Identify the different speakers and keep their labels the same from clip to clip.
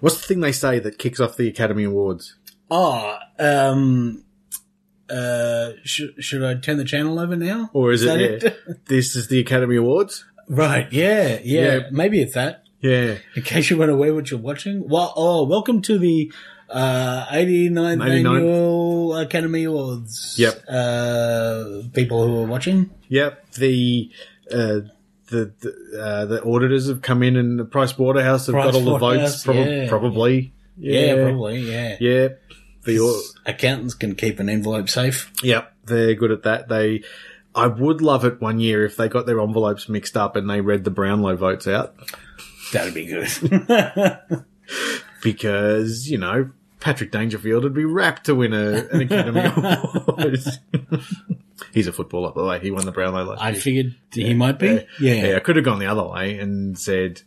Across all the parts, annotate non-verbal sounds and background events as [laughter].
Speaker 1: What's the thing they say that kicks off the Academy Awards?
Speaker 2: Ah, um, uh, sh- should I turn the channel over now?
Speaker 1: Or is,
Speaker 2: that
Speaker 1: it, yeah, this is the Academy Awards?
Speaker 2: [laughs] Right, yeah, yeah,
Speaker 1: Yeah.
Speaker 2: Maybe it's that.
Speaker 1: Yeah.
Speaker 2: In case you weren't aware what you're watching. Well, oh, welcome to the uh, 89th
Speaker 1: 89th.
Speaker 2: Annual Academy Awards.
Speaker 1: Yep.
Speaker 2: Uh, people who are watching.
Speaker 1: Yep. The uh, the the, uh, the auditors have come in, and the Price Waterhouse have got all the votes.
Speaker 2: Pricewaterhouse,
Speaker 1: Prob-
Speaker 2: yeah.
Speaker 1: Probably.
Speaker 2: Yeah, probably, yeah.
Speaker 1: Yeah. The au-
Speaker 2: Accountants can keep an envelope safe.
Speaker 1: yep. They're good at that. They. I would love it one year if they got their envelopes mixed up and they read the Brownlow votes out
Speaker 2: That'd be good. [laughs]
Speaker 1: because you know Patrick Dangerfield would be rapt to win a, an
Speaker 2: [laughs]
Speaker 1: Academy Award. [laughs] He's a footballer, by the way. He won the Brownlow last
Speaker 2: I
Speaker 1: year.
Speaker 2: figured he might be. Yeah.
Speaker 1: Yeah, I could have gone the other way and said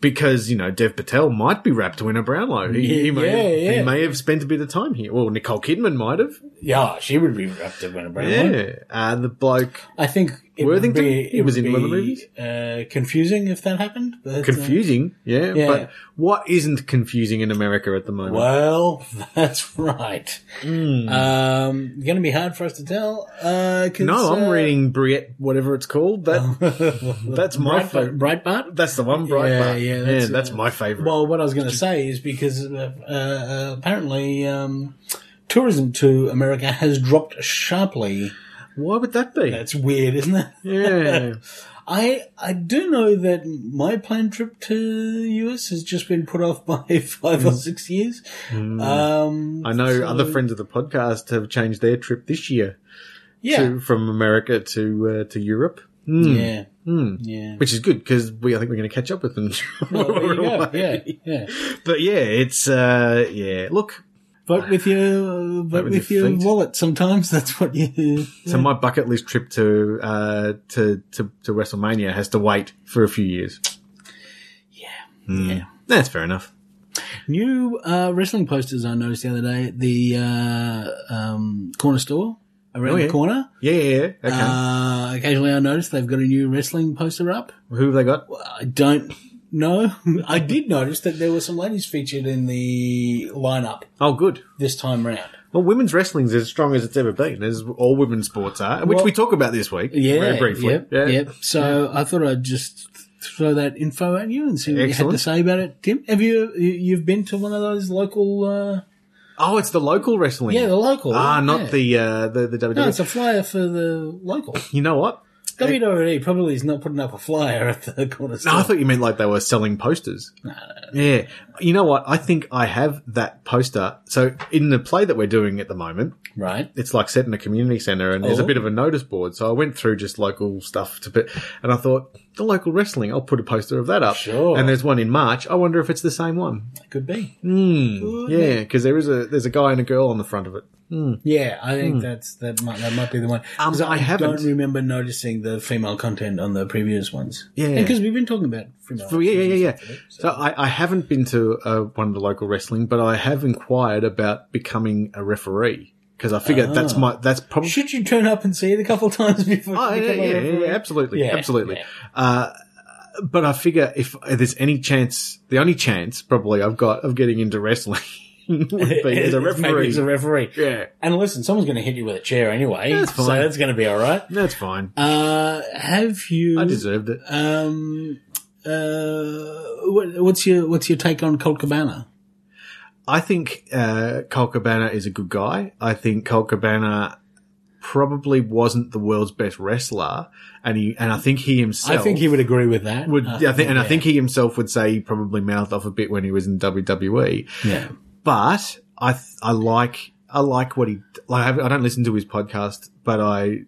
Speaker 1: because you know Dev Patel might be wrapped to win a Brownlow. He, he may
Speaker 2: Yeah,
Speaker 1: have, he
Speaker 2: yeah.
Speaker 1: may have spent a bit of time here. Well, Nicole Kidman might have.
Speaker 2: Yeah, she would be up to win a Brownlow.
Speaker 1: Yeah, uh, the bloke
Speaker 2: I think it
Speaker 1: Worthington?
Speaker 2: would be, it
Speaker 1: He was
Speaker 2: would
Speaker 1: in one of the
Speaker 2: be,
Speaker 1: movies.
Speaker 2: Uh, confusing if that happened. but, uh,
Speaker 1: confusing. Yeah,
Speaker 2: yeah.
Speaker 1: but what isn't confusing in America at the moment?
Speaker 2: Well, [laughs] that's right.
Speaker 1: Hmm.
Speaker 2: Um, going to be hard for us to tell. Uh, 'cause,
Speaker 1: No, I'm
Speaker 2: uh, [laughs] Oh.
Speaker 1: reading Briette, whatever it's called. That that's my
Speaker 2: Breitbart.
Speaker 1: favorite.
Speaker 2: Breitbart?
Speaker 1: That's the one, Bright.
Speaker 2: Yeah,
Speaker 1: Yeah,
Speaker 2: yeah,
Speaker 1: yeah,
Speaker 2: that's,
Speaker 1: that's,
Speaker 2: uh,
Speaker 1: my favorite.
Speaker 2: Well, what I was going to say is because uh, uh, apparently um, tourism to America has dropped sharply.
Speaker 1: Why would that be?
Speaker 2: That's weird, isn't it? [laughs]
Speaker 1: yeah,
Speaker 2: I I do know that my planned trip to the US has just been put off by [laughs] five or six years. Um,
Speaker 1: Hmm. I know.
Speaker 2: so-
Speaker 1: Other friends of the podcast have changed their trip this year.
Speaker 2: Yeah.
Speaker 1: to, from America to uh, to Europe. Hmm.
Speaker 2: Yeah.
Speaker 1: [laughs]
Speaker 2: Yeah.
Speaker 1: Which is good because we, I think we're going to catch up with them. [laughs]
Speaker 2: Well, there you go.
Speaker 1: Right.
Speaker 2: Yeah, yeah.
Speaker 1: But yeah, it's uh, yeah. Look,
Speaker 2: Vote with your vote
Speaker 1: with
Speaker 2: with,
Speaker 1: your
Speaker 2: your,
Speaker 1: feet.
Speaker 2: wallet. Sometimes [laughs] that's what you.
Speaker 1: so my bucket list trip to uh, to, to to WrestleMania has to wait for a few years. Hmm.
Speaker 2: Yeah.
Speaker 1: That's fair enough.
Speaker 2: New uh, wrestling posters I noticed the other day at the uh, um, corner store around
Speaker 1: Oh, yeah.
Speaker 2: the corner.
Speaker 1: Yeah, yeah, yeah. Okay.
Speaker 2: Uh, occasionally, I notice they've got a new wrestling poster up.
Speaker 1: Who have they got?
Speaker 2: I don't know. I did notice that there were some ladies featured in the lineup
Speaker 1: Oh, good.
Speaker 2: this time round.
Speaker 1: Well, women's wrestling's as strong as it's ever been, as all women's sports are, which
Speaker 2: Well-
Speaker 1: we talk about this week.
Speaker 2: Yeah,
Speaker 1: very briefly.
Speaker 2: Yep,
Speaker 1: yeah.
Speaker 2: yep. So I thought I'd just throw that info at you and see what you had
Speaker 1: Excellent.
Speaker 2: to say about it, Tim. Have you you- you've been to one of those local? Uh,
Speaker 1: Oh, it's the local wrestling.
Speaker 2: yeah, the local.
Speaker 1: ah, not
Speaker 2: yeah.
Speaker 1: the uh, the the WWE.
Speaker 2: No, it's a flyer for the local.
Speaker 1: you know what?
Speaker 2: WWE probably is not putting up a flyer at the corner store.
Speaker 1: No, I thought you meant like they were selling posters. Yeah. You know what? I think I have that poster. So in the play that we're doing at the moment,
Speaker 2: right.
Speaker 1: it's like set in a community centre and there's a
Speaker 2: Oh.
Speaker 1: bit of a notice board. So I went through just local stuff to put, and I thought, the local wrestling, I'll put a poster of that up.
Speaker 2: Sure.
Speaker 1: And there's one in March. I wonder if it's the same one.
Speaker 2: That could be.
Speaker 1: Mm. Yeah. Because there is a, there's a guy and a girl on the front of it.
Speaker 2: Yeah, I think that's that might that might be the one.
Speaker 1: Hmm. Um,
Speaker 2: 'Cause
Speaker 1: I haven't.
Speaker 2: don't remember noticing the female content on the previous ones.
Speaker 1: Yeah.
Speaker 2: because we've been talking about female.
Speaker 1: Oh, yeah, yeah, yeah,
Speaker 2: content,
Speaker 1: yeah. So I, I haven't been to uh, one of the local wrestling, but I have inquired about becoming a referee because I figure that's my that's probably
Speaker 2: Ah. Should you turn up and see it a couple times before?
Speaker 1: Oh,
Speaker 2: you
Speaker 1: yeah,
Speaker 2: become a
Speaker 1: yeah, yeah,
Speaker 2: referee?
Speaker 1: yeah, absolutely,
Speaker 2: Yeah,
Speaker 1: absolutely.
Speaker 2: yeah.
Speaker 1: Uh, but I figure if there's any chance, the only chance probably I've got of getting into wrestling [laughs] would be as a
Speaker 2: [laughs] Maybe
Speaker 1: referee.
Speaker 2: as a referee.
Speaker 1: yeah,
Speaker 2: And listen, someone's going to hit you with a chair anyway,
Speaker 1: That's
Speaker 2: so
Speaker 1: fine.
Speaker 2: that's going to be all right.
Speaker 1: that's fine.
Speaker 2: Uh, have you?
Speaker 1: I deserved it.
Speaker 2: Um, uh, what, what's your what's your take on Colt Cabana?
Speaker 1: I think uh, Cole Cabana is a good guy. I think Cole Cabana probably wasn't the world's best wrestler, and he and I think he himself.
Speaker 2: I think he would agree with that.
Speaker 1: would
Speaker 2: Uh,
Speaker 1: I think, and I
Speaker 2: yeah.
Speaker 1: think he himself would say he probably mouthed off a bit when he was in WWE.
Speaker 2: yeah.
Speaker 1: but I th- I like I like what he like. I haven't- I don't listen to his podcast, but I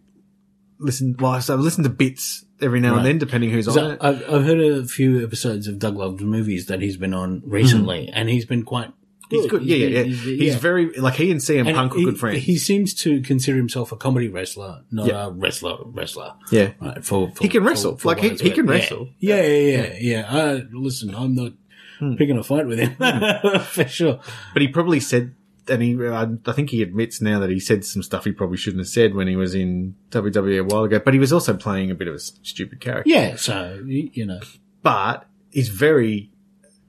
Speaker 1: listen. Well, so I listen to bits every now and
Speaker 2: Right.
Speaker 1: then, depending who's on
Speaker 2: So
Speaker 1: it.
Speaker 2: I've, I've heard a few episodes of Doug Love's movies that he's been on recently, and he's been quite.
Speaker 1: Hmm. He's good. Yeah, yeah, yeah. He's, very like he and CM
Speaker 2: And
Speaker 1: Punk are
Speaker 2: he-
Speaker 1: good friends.
Speaker 2: He seems to consider himself a comedy wrestler, not
Speaker 1: Yeah.
Speaker 2: a wrestler wrestler.
Speaker 1: yeah,
Speaker 2: Right, for, for-
Speaker 1: He can
Speaker 2: for-
Speaker 1: wrestle.
Speaker 2: for
Speaker 1: Like,
Speaker 2: what
Speaker 1: he-
Speaker 2: it's
Speaker 1: he
Speaker 2: worth.
Speaker 1: can
Speaker 2: Yeah.
Speaker 1: wrestle.
Speaker 2: Yeah, yeah, yeah, yeah. Uh, listen, I'm not
Speaker 1: Hmm.
Speaker 2: picking a fight with him [laughs] for sure.
Speaker 1: but he probably said, and he I, I think he admits now that he said some stuff he probably shouldn't have said when he was in WWE a while ago. But he was also playing a bit of a s- stupid character.
Speaker 2: Yeah, so y- you know,
Speaker 1: but he's very.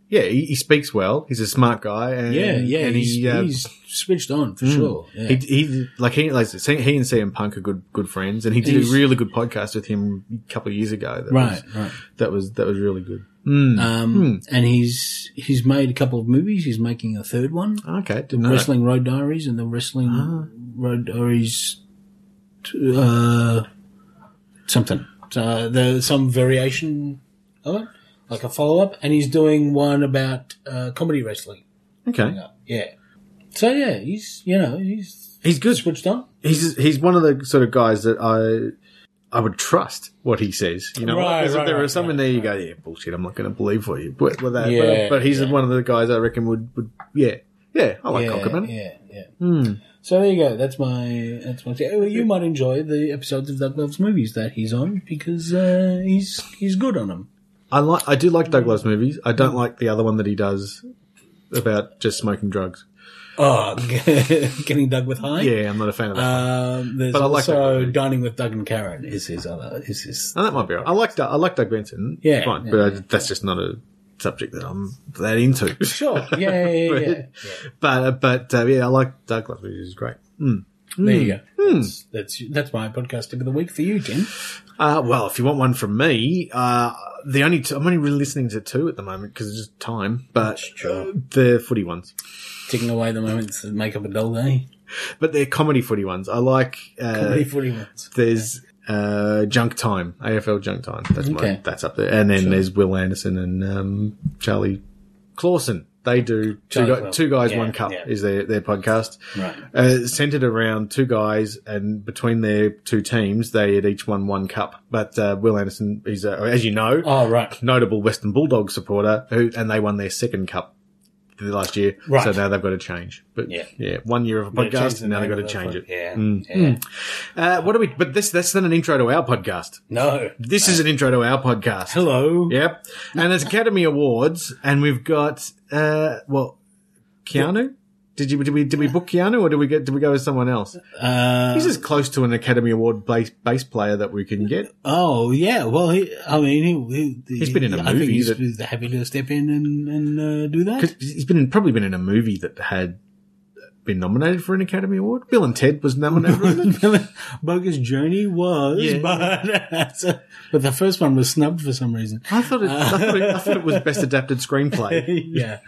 Speaker 1: yeah, he, he speaks well. He's a smart guy. And,
Speaker 2: yeah, yeah,
Speaker 1: and
Speaker 2: he's,
Speaker 1: he, uh, Hmm.
Speaker 2: he's switched on for sure. Yeah.
Speaker 1: He, he like he like he and CM Punk are good good friends, and he did
Speaker 2: He's-
Speaker 1: a really good podcast with him a couple of years ago. That
Speaker 2: right,
Speaker 1: was,
Speaker 2: right.
Speaker 1: that was that was really good. Mm.
Speaker 2: Um, and he's he's made a couple of movies. He's making a third one,
Speaker 1: okay,
Speaker 2: the
Speaker 1: didn't know that.
Speaker 2: Wrestling Road Diaries and the Wrestling
Speaker 1: Ah.
Speaker 2: Road Diaries, t- uh, something. So there's some variation of it, like a follow up. And he's doing one about uh, comedy wrestling.
Speaker 1: Okay,
Speaker 2: Yeah. So yeah, he's you know he's
Speaker 1: he's good.
Speaker 2: switched on.
Speaker 1: He's he's one of the sort of guys that I. I would trust what he says. You know,
Speaker 2: Right,
Speaker 1: There's-
Speaker 2: right,
Speaker 1: there are
Speaker 2: right,
Speaker 1: some in there you go, yeah, bullshit. I'm not going to believe what you, but, but, that, but,
Speaker 2: Yeah,
Speaker 1: but he's
Speaker 2: yeah.
Speaker 1: one of the guys I reckon would, would, yeah, yeah. I like
Speaker 2: yeah,
Speaker 1: Cockerman. Hmm.
Speaker 2: Yeah, yeah. So there you go. That's my that's my. oh, You might enjoy the episodes of Doug Love's movies that he's on because uh, he's he's good on them.
Speaker 1: I like, I do like Doug Love's movies. I don't like the other one that he does about just smoking drugs.
Speaker 2: Oh, [laughs] getting Doug with
Speaker 1: Ah.
Speaker 2: high.
Speaker 1: Yeah, I'm not a fan of that.
Speaker 2: Um, there's
Speaker 1: But I like that
Speaker 2: also
Speaker 1: movie.
Speaker 2: dining with Doug and Karen is his other
Speaker 1: [laughs]
Speaker 2: is his.
Speaker 1: and that might be right. I like Doug, I like Doug Benson.
Speaker 2: Yeah,
Speaker 1: fine,
Speaker 2: yeah,
Speaker 1: but I, that's just not a subject that I'm that into.
Speaker 2: [laughs] Sure. Yeah, yeah, yeah. yeah, yeah.
Speaker 1: but uh, but uh, yeah, I like Doug Love. He's great.
Speaker 2: There you go.
Speaker 1: Hmm.
Speaker 2: That's, that's that's my podcast tip of the week for you, Jim.
Speaker 1: Uh, well, if you want one from me, uh, the only two, I'm only really listening to two at the moment because it's just time. But
Speaker 2: Sure.
Speaker 1: uh, they're footy ones,
Speaker 2: Taking away the moments that make up a dull day.
Speaker 1: but they're comedy footy ones. I like uh,
Speaker 2: Comedy footy ones.
Speaker 1: There's uh, Junk Time, AFL Junk Time. That's my,
Speaker 2: Okay.
Speaker 1: that's up there. And then there's Will Anderson and um, Charlie Clausen. They do two,
Speaker 2: Charlie
Speaker 1: gu-
Speaker 2: Clausen.
Speaker 1: two guys,
Speaker 2: Yeah,
Speaker 1: one cup
Speaker 2: yeah.
Speaker 1: is their their podcast.
Speaker 2: Right.
Speaker 1: Uh, centered around two guys, and between their two teams, they had each won one cup. But uh, Will Anderson is, uh, as you know,
Speaker 2: Oh, right.
Speaker 1: notable Western Bulldog supporter, who and they won their second cup the last year.
Speaker 2: Right.
Speaker 1: So now they've got to change. But
Speaker 2: Yeah.
Speaker 1: yeah, one year of a podcast, and now they've got to change it.
Speaker 2: Yeah.
Speaker 1: Mm.
Speaker 2: yeah.
Speaker 1: Uh, what do we? But this that's not an intro to our podcast.
Speaker 2: No.
Speaker 1: This is an intro to our podcast.
Speaker 2: Hello.
Speaker 1: Yep, and it's Academy Awards, and we've got uh, well, Keanu. Did you did we did we book Keanu or did we get did we go with someone else?
Speaker 2: Uh,
Speaker 1: He's as close to an Academy Award bass, bass player that we can get.
Speaker 2: oh yeah. Well, he, I mean, he, he,
Speaker 1: He's been in a
Speaker 2: I
Speaker 1: movie
Speaker 2: Think he's
Speaker 1: that-
Speaker 2: was happy to step in and and uh, do that.
Speaker 1: because he's been in, probably been in a movie that had been nominated for an Academy Award. Bill and Ted was nominated. wasn't
Speaker 2: [laughs]
Speaker 1: it?
Speaker 2: Bogus Journey was,
Speaker 1: Yeah.
Speaker 2: but but the first one was snubbed for some reason.
Speaker 1: I thought it, I thought it, I thought it was best adapted [laughs] screenplay.
Speaker 2: [laughs] yeah,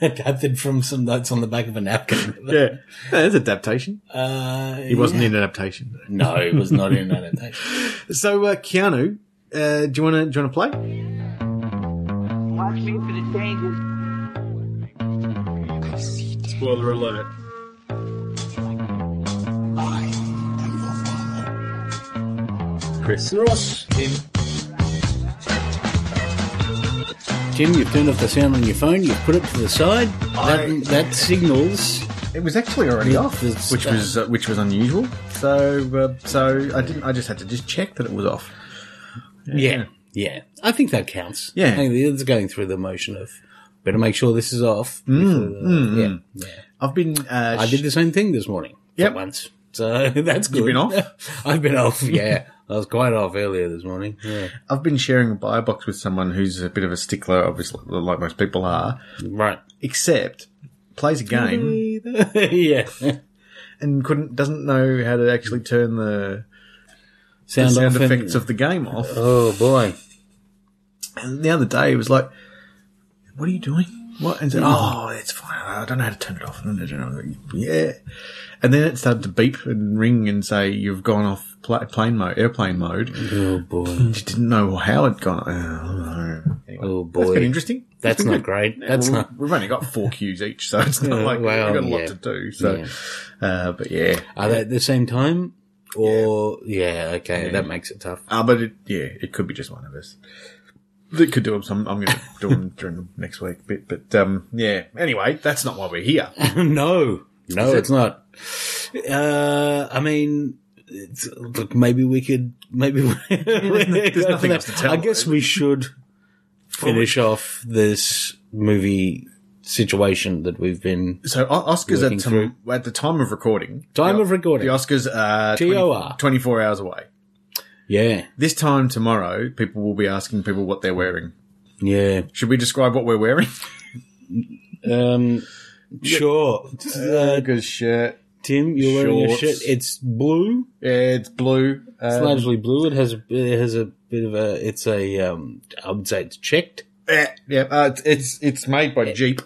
Speaker 2: adapted from some notes on the back of a napkin.
Speaker 1: Yeah, yeah that's adaptation.
Speaker 2: [laughs] uh,
Speaker 1: He wasn't in adaptation.
Speaker 2: No, it was not in [laughs] adaptation.
Speaker 1: So uh, Keanu, uh, do you want to do you want to play?
Speaker 3: Watch me for the changes.
Speaker 1: Spoiler alert.
Speaker 4: Chris Ross. Tim.
Speaker 2: Jim, you've turned off the sound on your phone. You've put it to the side. That, that signals
Speaker 1: It was actually already off,
Speaker 2: It's,
Speaker 1: which
Speaker 2: uh,
Speaker 1: was uh, which was unusual. So uh, so I didn't. I just had to just check that it was off.
Speaker 2: Yeah. Yeah. I think that counts.
Speaker 1: Yeah.
Speaker 2: I think it's going through the motion of better make sure this is off. before the- yeah. yeah.
Speaker 1: I've been. Uh,
Speaker 2: I did the same thing this morning. for
Speaker 1: Yep.
Speaker 2: Once. So [laughs] that's good.
Speaker 1: been off?
Speaker 2: [laughs] I've been off. Yeah. I was quite off earlier this morning. Yeah.
Speaker 1: I've been sharing a buy box with someone who's a bit of a stickler, obviously, like most people are.
Speaker 2: Right. [laughs]
Speaker 1: except plays a game
Speaker 2: yeah.
Speaker 1: and couldn't doesn't know how to actually turn the
Speaker 2: Sound,
Speaker 1: sound
Speaker 2: off and-
Speaker 1: effects of the game off.
Speaker 2: Oh boy.
Speaker 1: And the other day he was like, "What are you doing?" What? And said, "Oh, it's fine. I don't know how to turn it off." And I was like, yeah, and then it started to beep and ring and say, "You've gone off pla- plane mode, airplane mode." She
Speaker 2: Oh boy.
Speaker 1: didn't know how it gone. Uh, anyway,
Speaker 2: Oh
Speaker 1: that's been
Speaker 2: boy.
Speaker 1: interesting.
Speaker 2: That's
Speaker 1: been
Speaker 2: not
Speaker 1: good.
Speaker 2: great. That's
Speaker 1: Well, [laughs]
Speaker 2: not.
Speaker 1: We've only got four cues each, so it's not
Speaker 2: Yeah,
Speaker 1: like
Speaker 2: well,
Speaker 1: we've got a lot
Speaker 2: yeah.
Speaker 1: to do. So,
Speaker 2: Yeah.
Speaker 1: uh, but yeah,
Speaker 2: Are they at the same time? Or yeah, okay, that makes it tough.
Speaker 1: Uh, but it, yeah, it could be just one of us that could do them. Some, I'm going to do
Speaker 2: [laughs]
Speaker 1: them during the next week bit, but um, yeah. Anyway, that's not why we're here. [laughs]
Speaker 2: no, no, it's not. Uh, I mean, it's, look, maybe we could, maybe we, [laughs] there's
Speaker 1: nothing else to tell.
Speaker 2: I guess we should finish off this movie situation that we've been
Speaker 1: So o- Oscars
Speaker 2: Working
Speaker 1: at, tom- at the time of recording.
Speaker 2: time
Speaker 1: the,
Speaker 2: of recording.
Speaker 1: The Oscars are 20
Speaker 2: TOR.
Speaker 1: 24 hours away.
Speaker 2: yeah,
Speaker 1: This time tomorrow, people will be asking people what they're wearing.
Speaker 2: Yeah.
Speaker 1: Should we describe what we're
Speaker 2: [laughs]
Speaker 1: wearing?
Speaker 2: Um, sure. Uh,
Speaker 1: Good shirt.
Speaker 2: Tim, you're wearing a
Speaker 1: Shorts.
Speaker 2: shirt. It's blue.
Speaker 1: Yeah, it's blue.
Speaker 2: It's
Speaker 1: Um,
Speaker 2: largely blue. It has a, it has a bit of a. It's a. Um, I would say it's checked. [laughs]
Speaker 1: eh, yeah, uh, it's- it's it's made by Jeep.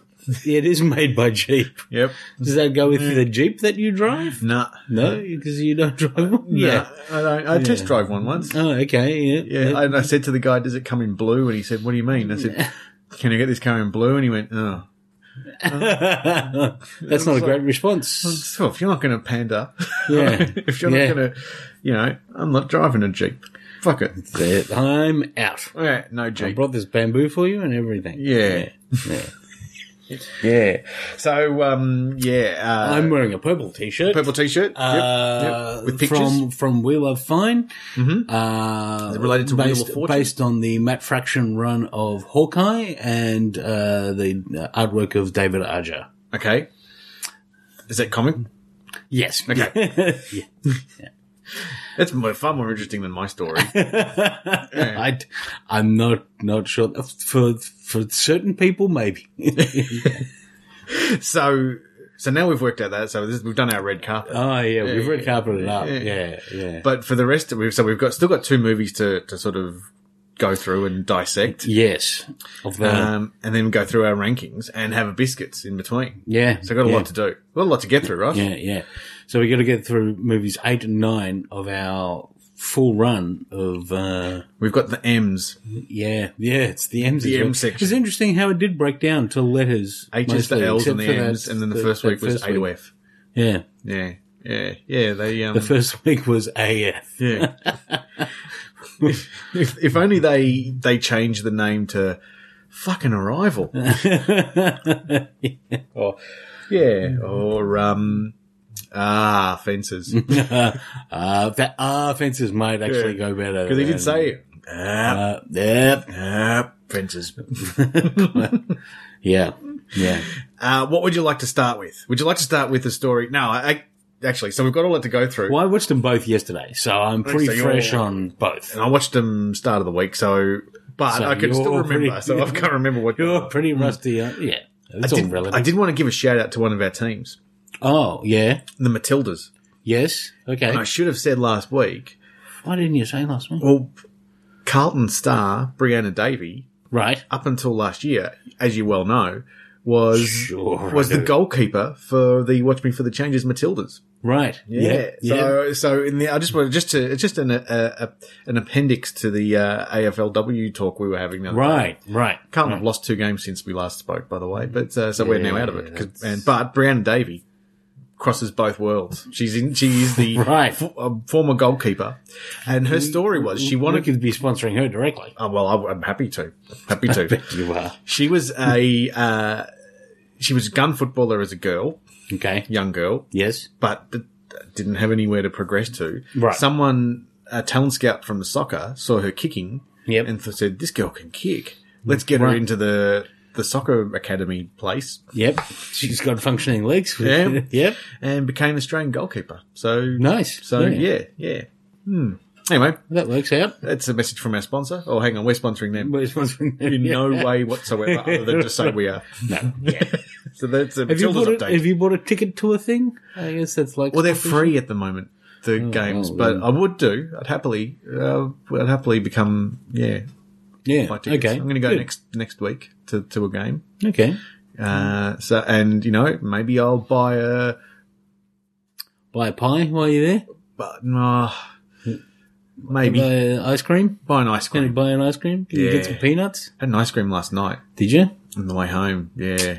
Speaker 2: It is made by Jeep.
Speaker 1: Yep.
Speaker 2: Does that go
Speaker 1: Mm.
Speaker 2: with the Jeep that you drive?
Speaker 1: Nah.
Speaker 2: No, because you don't [laughs] drive one.
Speaker 1: Yeah.
Speaker 2: Yeah.
Speaker 1: I, don't, I test drove one once.
Speaker 2: Oh, okay. Yeah.
Speaker 1: Yeah, and I said to the guy, "Does it come in blue?" And he said, "What do you mean?" I said, "Can I get this car in blue?" And he went, "Oh,
Speaker 2: [laughs] That's not a great response.
Speaker 1: so if you're not going to pander,
Speaker 2: Yeah.
Speaker 1: [laughs] if you're
Speaker 2: Yeah.
Speaker 1: not going to, you know, I'm not driving a jeep. Fuck
Speaker 2: [laughs]
Speaker 1: it.
Speaker 2: That's it. I'm out.
Speaker 1: Yeah, no jeep.
Speaker 2: I brought this bamboo for you and everything.
Speaker 1: yeah.
Speaker 2: Yeah.
Speaker 1: [laughs] Yeah. So, um, yeah, uh,
Speaker 2: I'm wearing a purple t-shirt.
Speaker 1: purple t-shirt.
Speaker 2: Uh,
Speaker 1: Yep, yep. With pictures. Mm-hmm.
Speaker 2: From, from We Love Fine. Uh,
Speaker 1: related to Wheel
Speaker 2: based,
Speaker 1: of Fortune?
Speaker 2: Based on the Matt Fraction run of Hawkeye and uh, the uh, artwork of David Arger.
Speaker 1: okay. Is that comic?
Speaker 2: Yes.
Speaker 1: Okay.
Speaker 2: [laughs] Yeah.
Speaker 1: That's mo- far more interesting than my
Speaker 2: [laughs]
Speaker 1: story. [laughs]
Speaker 2: I, am not, not sure. For, for certain people, maybe. [laughs]
Speaker 1: so, so now we've worked out that. So this, we've done our red carpet.
Speaker 2: oh, yeah. We've red carpeted it up.
Speaker 1: yeah.
Speaker 2: Yeah. Yeah.
Speaker 1: But for the rest, we've so we've got still got two movies to to sort of go through and dissect,
Speaker 2: yes. Of the,
Speaker 1: um, and then go through our rankings and have a biscuits in between.
Speaker 2: yeah.
Speaker 1: So we've got a
Speaker 2: yeah.
Speaker 1: lot to do. We've got a lot to get through, right?
Speaker 2: Yeah, yeah. So we got to get through movies eight and nine of our full run of. Uh,
Speaker 1: We've got the M's.
Speaker 2: yeah, yeah. It's the M's.
Speaker 1: The
Speaker 2: as well.
Speaker 1: M section.
Speaker 2: It's interesting how it did break down to letters.
Speaker 1: H's, the
Speaker 2: mostly,
Speaker 1: L's,
Speaker 2: except
Speaker 1: and the
Speaker 2: for that-
Speaker 1: M's, and then the,
Speaker 2: that-
Speaker 1: first
Speaker 2: that
Speaker 1: week was
Speaker 2: first
Speaker 1: A to F.
Speaker 2: Yeah,
Speaker 1: Yeah, yeah, yeah. They um,
Speaker 2: the first [laughs] week was AF. [laughs]
Speaker 1: yeah. if, if only they they changed the name to fucking arrival.
Speaker 2: [laughs]
Speaker 1: or yeah, or um, ah, fences.
Speaker 2: [laughs] uh, the R fences might actually
Speaker 1: Yeah.
Speaker 2: go better
Speaker 1: Because he
Speaker 2: than-
Speaker 1: did say it. Ah,
Speaker 2: Uh, yep.
Speaker 1: ah, fences.
Speaker 2: [laughs] Yeah, yeah.
Speaker 1: Uh, what would you like to start with? Would you like to start with the story? No, I, I actually. So we've got all that to go through.
Speaker 2: Well, I watched them both yesterday, so I'm pretty
Speaker 1: so you're-
Speaker 2: fresh on
Speaker 1: [laughs]
Speaker 2: both.
Speaker 1: And I watched them start of the week, so but
Speaker 2: So
Speaker 1: I can still
Speaker 2: you're
Speaker 1: remember.
Speaker 2: pretty-
Speaker 1: so I can't remember what.
Speaker 2: [laughs] You're pretty rusty, uh, yeah.
Speaker 1: I
Speaker 2: It's all
Speaker 1: did,
Speaker 2: relative.
Speaker 1: I did want to give a shout out to one of our teams,
Speaker 2: Oh, yeah.
Speaker 1: the Matildas.
Speaker 2: Yes. Okay.
Speaker 1: And I should have said last week.
Speaker 2: Why didn't you say last week?
Speaker 1: Well, Carlton star Brianna Davy,
Speaker 2: Right.
Speaker 1: up until last year, as you well know, was
Speaker 2: Sure.
Speaker 1: was the goalkeeper for the Watch Me for the Changes Matildas.
Speaker 2: Right.
Speaker 1: Yeah.
Speaker 2: Yeah. Yeah.
Speaker 1: So, so in the, I just want just to, it's just an, a, a, an appendix to the uh, AFLW talk we were having. The other day.
Speaker 2: Right. Mm. Right.
Speaker 1: Carlton have lost two games since we last spoke, by the way. But uh, so we're now out of it. 'Cause-
Speaker 2: that's-
Speaker 1: And but Brianna Davy crosses both worlds. She's in. She is the
Speaker 2: [laughs] Right.
Speaker 1: fo- uh, former goalkeeper, and her story was she
Speaker 2: One
Speaker 1: wanted.
Speaker 2: could be sponsoring her directly.
Speaker 1: Oh, well, I- I'm happy to. Happy
Speaker 2: [laughs]
Speaker 1: to.
Speaker 2: You are.
Speaker 1: she was a. Uh, she was a gun footballer as a girl,
Speaker 2: Okay.
Speaker 1: young girl,
Speaker 2: Yes.
Speaker 1: but th- didn't have anywhere to progress to.
Speaker 2: Right.
Speaker 1: Someone, a talent scout from the soccer, saw her kicking
Speaker 2: Yep.
Speaker 1: and th- said, "This girl can kick. Let's get her
Speaker 2: Right.
Speaker 1: into the the soccer academy place."
Speaker 2: Yep. She's got functioning legs.
Speaker 1: Yeah.
Speaker 2: [laughs] yep.
Speaker 1: And became Australian goalkeeper. So
Speaker 2: Nice.
Speaker 1: So yeah, yeah. Hmm. Anyway,
Speaker 2: That works
Speaker 1: [laughs]
Speaker 2: out.
Speaker 1: that's a message from our sponsor. Oh, hang on, we're sponsoring them
Speaker 2: We're sponsoring her.
Speaker 1: in
Speaker 2: yeah.
Speaker 1: [laughs] no way whatsoever, other than to say we are.
Speaker 2: [laughs] No.
Speaker 1: [laughs] So that's a
Speaker 2: Have you,
Speaker 1: Matilda's
Speaker 2: bought
Speaker 1: update.
Speaker 2: a, have you bought a ticket to a thing? I guess that's like.
Speaker 1: well, they're free at the moment. The games,
Speaker 2: Oh, well,
Speaker 1: but
Speaker 2: then.
Speaker 1: I would do. I'd happily, uh, I'd happily become, yeah,
Speaker 2: yeah.
Speaker 1: my tickets.
Speaker 2: Okay.
Speaker 1: I'm going to go
Speaker 2: Good.
Speaker 1: next next week to, to a game.
Speaker 2: Okay.
Speaker 1: Uh, so and you know maybe I'll buy a.
Speaker 2: Buy a pie while you're there.
Speaker 1: But nah, uh, maybe
Speaker 2: Buy uh, ice cream.
Speaker 1: buy an ice
Speaker 2: Can you
Speaker 1: cream.
Speaker 2: buy an ice cream? Can you get
Speaker 1: Yeah.
Speaker 2: some peanuts?
Speaker 1: had an ice cream last night
Speaker 2: Did you?
Speaker 1: on the way home. Yeah.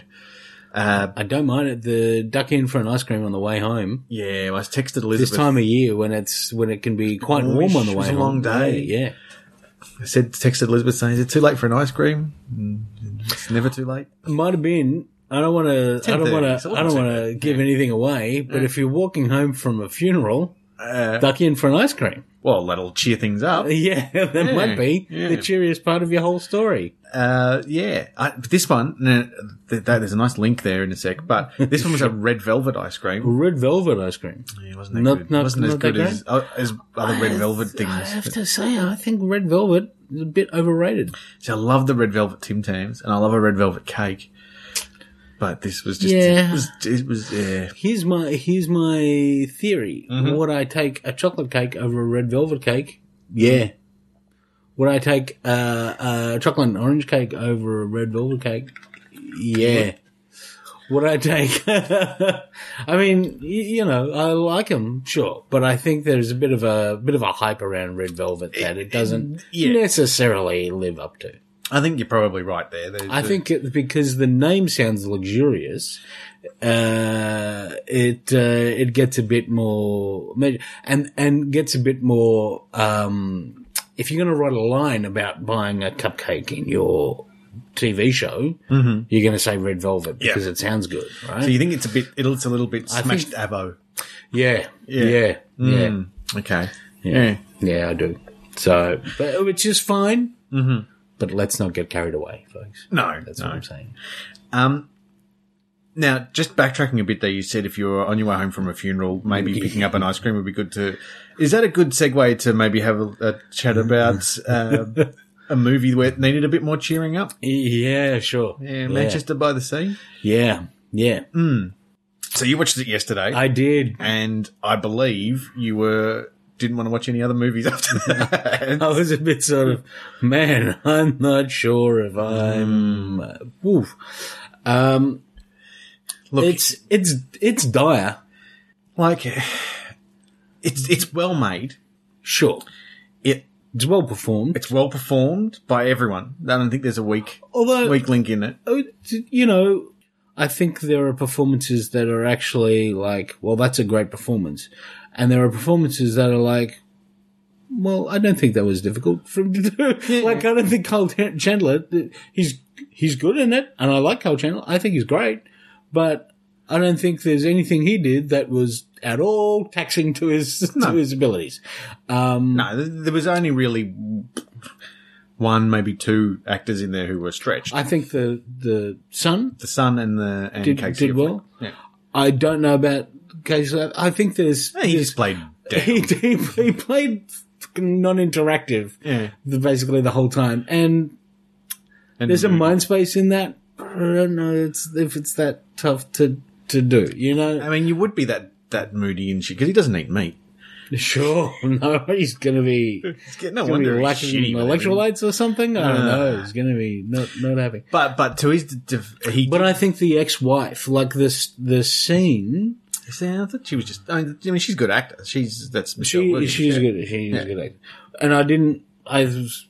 Speaker 1: Uh,
Speaker 2: I don't mind it. The duck in for an ice cream on the way home.
Speaker 1: yeah, I was texted Elizabeth.
Speaker 2: This time of year when it's when it can be quite warm on the
Speaker 1: it
Speaker 2: way
Speaker 1: was a
Speaker 2: home.
Speaker 1: long day.
Speaker 2: Yeah, yeah.
Speaker 1: I said texted Elizabeth saying, "Is it too late for an ice cream?" Mm, It's never too late.
Speaker 2: It might have been. I don't want to. I don't
Speaker 1: 10:30,
Speaker 2: want
Speaker 1: it's
Speaker 2: to.
Speaker 1: all
Speaker 2: I don't want
Speaker 1: 10:30,
Speaker 2: to give anything away. But if you're walking home from a funeral, Duck in for an ice cream.
Speaker 1: Uh, Well, that'll cheer things up.
Speaker 2: [laughs] Yeah, that might be
Speaker 1: yeah.
Speaker 2: the cheeriest part of your whole story.
Speaker 1: Uh, yeah, I, but this one, no, th- that, there's a nice link there in a sec. But this one was a red velvet ice cream.
Speaker 2: Red velvet ice cream.
Speaker 1: Yeah, wasn't that
Speaker 2: Not-
Speaker 1: good?
Speaker 2: not-
Speaker 1: wasn't as
Speaker 2: not that
Speaker 1: good as, uh, as other red velvet
Speaker 2: I have
Speaker 1: things. But-
Speaker 2: to say, I think red velvet is a bit overrated.
Speaker 1: See, I love the red velvet Tim Tams, and I love a red velvet cake. But this was just,
Speaker 2: Yeah.
Speaker 1: it was, it was, yeah.
Speaker 2: Here's my here's my theory. Would I take a chocolate cake over a red velvet cake? Yeah. Would I take uh, a chocolate and orange cake over a red velvet cake? Yeah. Would I take? [laughs] I mean, y- you know, I like them, sure, but I think there's a bit of a bit of a hype around red velvet that it doesn't
Speaker 1: Yeah.
Speaker 2: necessarily live up to.
Speaker 1: I think you're probably right there. There's
Speaker 2: I
Speaker 1: the-
Speaker 2: think it, because the name sounds luxurious, uh, it uh, it gets a bit more me- and and gets a bit more. Um, if you're going to write a line about buying a cupcake in your TV show, you're going to say red velvet
Speaker 1: Mm-hmm. Yeah.
Speaker 2: because it sounds good, right?
Speaker 1: So you think it's a bit, it'll, it's a little bit smashed avo.
Speaker 2: yeah, yeah,
Speaker 1: Yeah.
Speaker 2: yeah,
Speaker 1: Mm, okay. Yeah.
Speaker 2: yeah, I do. So, but, which is fine. Mm-hmm. But let's not get carried away, folks.
Speaker 1: No,
Speaker 2: That's
Speaker 1: no.
Speaker 2: what I'm saying.
Speaker 1: Um, now, just backtracking a bit there, you said if you're on your way home from a funeral, maybe picking up an ice cream would be good to. Is that a good segue to maybe have a, a chat about uh,
Speaker 2: [laughs]
Speaker 1: a movie where it needed a bit more cheering up?
Speaker 2: Yeah, sure.
Speaker 1: Yeah, Manchester by the Sea.
Speaker 2: Yeah, yeah.
Speaker 1: So you watched it yesterday,
Speaker 2: I did.
Speaker 1: and I believe you were didn't want to watch any other movies [laughs] after that.
Speaker 2: [laughs] I was a bit sort of, man, I'm not sure if I'm. uh, Oof. Um,
Speaker 1: Look,
Speaker 2: it's it's it's dire.
Speaker 1: like it's it's well made.
Speaker 2: Sure,
Speaker 1: It
Speaker 2: it's well performed.
Speaker 1: it's well performed by everyone. I don't think there's a weak
Speaker 2: Although
Speaker 1: weak link in it.
Speaker 2: uh, you know, I think there are performances that are actually like, well, that's a great performance, and there are performances that are like. Well, I don't think that was difficult for him to do. [laughs] like, I don't think Cole Chan- Chandler, th- he's, he's good in it, and I like Cole Chandler. I think he's great, but I don't think there's anything he did that was at all taxing to his, [laughs] to his abilities. Um,
Speaker 1: No, th- there was only really one, maybe two actors in there who were stretched.
Speaker 2: I think the, the son
Speaker 1: the son and the and
Speaker 2: did,
Speaker 1: Casey
Speaker 2: did
Speaker 1: Affleck.
Speaker 2: well.
Speaker 1: Yeah.
Speaker 2: I don't know about Casey. Affleck. I think there's
Speaker 1: Yeah, he just played. dead.
Speaker 2: he, [laughs] he, he played fucking non-interactive
Speaker 1: Yeah.
Speaker 2: the, basically the whole time, and
Speaker 1: And
Speaker 2: there's a
Speaker 1: the-
Speaker 2: mind space in that. I don't know it's, if it's that tough to to do. You know,
Speaker 1: I mean, you would be that that moody and shit because he doesn't eat meat.
Speaker 2: [laughs] sure, [laughs] no, he's gonna be
Speaker 1: It's get- No
Speaker 2: gonna be
Speaker 1: wonder he's
Speaker 2: lacking
Speaker 1: shitty, but I mean-
Speaker 2: electrolytes or something. I don't
Speaker 1: Uh.
Speaker 2: know. He's gonna be not not happy.
Speaker 1: But but to his d- d- he.
Speaker 2: But I think the ex-wife, like this, the scene
Speaker 1: See, I thought she was just. I mean, I mean, she's a good actor. She's that's Michelle.
Speaker 2: She,
Speaker 1: Williams,
Speaker 2: she's
Speaker 1: yeah.
Speaker 2: good. She's a good actor. And I didn't. I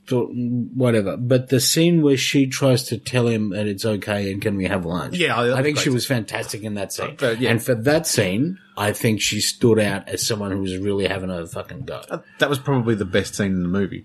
Speaker 2: thought mm, whatever. But the scene where she tries to tell him that it's okay and can we have lunch?
Speaker 1: Yeah, I-
Speaker 2: I,
Speaker 1: great
Speaker 2: think
Speaker 1: Uh,
Speaker 2: she was fantastic in that scene.
Speaker 1: But, yeah.
Speaker 2: And for that scene, I think she stood out as someone who was really having a fucking go.
Speaker 1: That was probably the best scene in the movie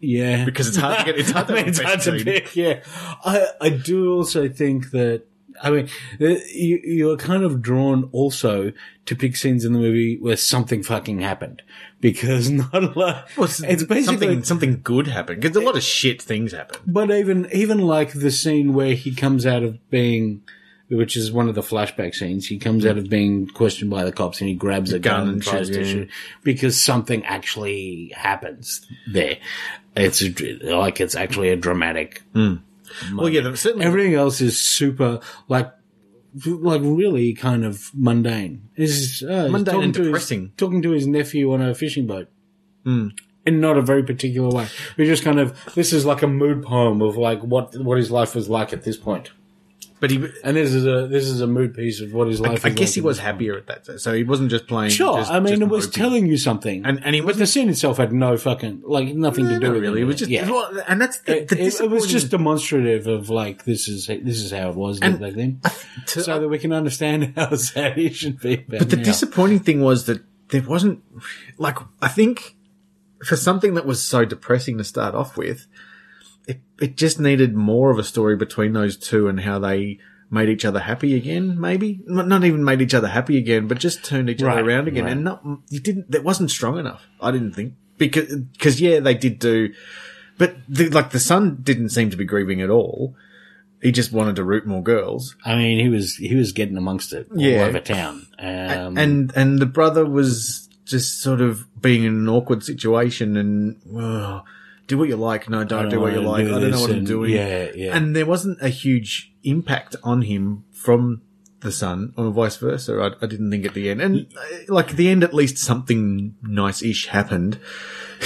Speaker 2: Yeah,
Speaker 1: because it's hard to get. It's hard to,
Speaker 2: I mean,
Speaker 1: have
Speaker 2: [laughs] it's
Speaker 1: the
Speaker 2: hard
Speaker 1: best
Speaker 2: to
Speaker 1: scene.
Speaker 2: pick. Yeah, I I do also think that I mean th- you you are kind of drawn also to pick scenes in the movie where something fucking happened because [laughs] not a lot.
Speaker 1: Well,
Speaker 2: it's basically
Speaker 1: something something good happened because a lot of shit things happen.
Speaker 2: but even even like the scene where he comes out of being. Which is one of the flashback scenes. He comes out of being questioned by the cops and he grabs a gun,
Speaker 1: gun
Speaker 2: and
Speaker 1: and
Speaker 2: tries
Speaker 1: shit,
Speaker 2: to
Speaker 1: yeah.
Speaker 2: shoot because something actually happens there. It's a, dr- like it's actually a dramatic
Speaker 1: Well, yeah, there- certainly
Speaker 2: Everything else is super like like really kind of mundane. Is uh,
Speaker 1: Mundane
Speaker 2: talking
Speaker 1: and
Speaker 2: to his-
Speaker 1: depressing. Hmm.
Speaker 2: talking to his nephew on a fishing boat. In not a very particular way. We just kind of this is like a mood poem of like what what his life was like at this point,
Speaker 1: but he
Speaker 2: and this is a this is a mood piece of what his life.
Speaker 1: I
Speaker 2: is
Speaker 1: guess
Speaker 2: like
Speaker 1: he
Speaker 2: at
Speaker 1: was
Speaker 2: this-
Speaker 1: happier at that. So he wasn't just playing.
Speaker 2: Sure,
Speaker 1: just-
Speaker 2: I mean
Speaker 1: just
Speaker 2: it was
Speaker 1: moping.
Speaker 2: telling you something,
Speaker 1: And and he
Speaker 2: but the
Speaker 1: wasn't
Speaker 2: scene itself had no fucking like nothing to do
Speaker 1: no,
Speaker 2: with
Speaker 1: really. It was just
Speaker 2: yeah.
Speaker 1: well, and that's the,
Speaker 2: It,
Speaker 1: the
Speaker 2: it- it was
Speaker 1: disappointing-
Speaker 2: just demonstrative of like this is this is how it was
Speaker 1: And-
Speaker 2: back then.
Speaker 1: to-
Speaker 2: so that we can understand [laughs] how sad he should be.
Speaker 1: but the disappointing thing was that there wasn't like I think for something that was so depressing to start off with, it it just needed more of a story between those two and how they made each other happy again, maybe not not even made each other happy again, but just turned each
Speaker 2: Right,
Speaker 1: other around again.
Speaker 2: right.
Speaker 1: And not you didn't that wasn't strong enough. I didn't think because because yeah they did do, but the, like the son didn't seem to be grieving at all. He just wanted to root more girls,
Speaker 2: I mean, he was he was getting amongst it all
Speaker 1: Yeah.
Speaker 2: over town. Um,
Speaker 1: and and the brother was just sort of being in an awkward situation and. well, do what you like. No, don't,
Speaker 2: I
Speaker 1: do what you
Speaker 2: wanna
Speaker 1: like.
Speaker 2: do
Speaker 1: I don't know
Speaker 2: this
Speaker 1: what I'm
Speaker 2: and-
Speaker 1: doing.
Speaker 2: Yeah, yeah.
Speaker 1: and there wasn't a huge impact on him from the son or vice versa i, I didn't think at the end and uh, like at the end at least something nice-ish happened [laughs]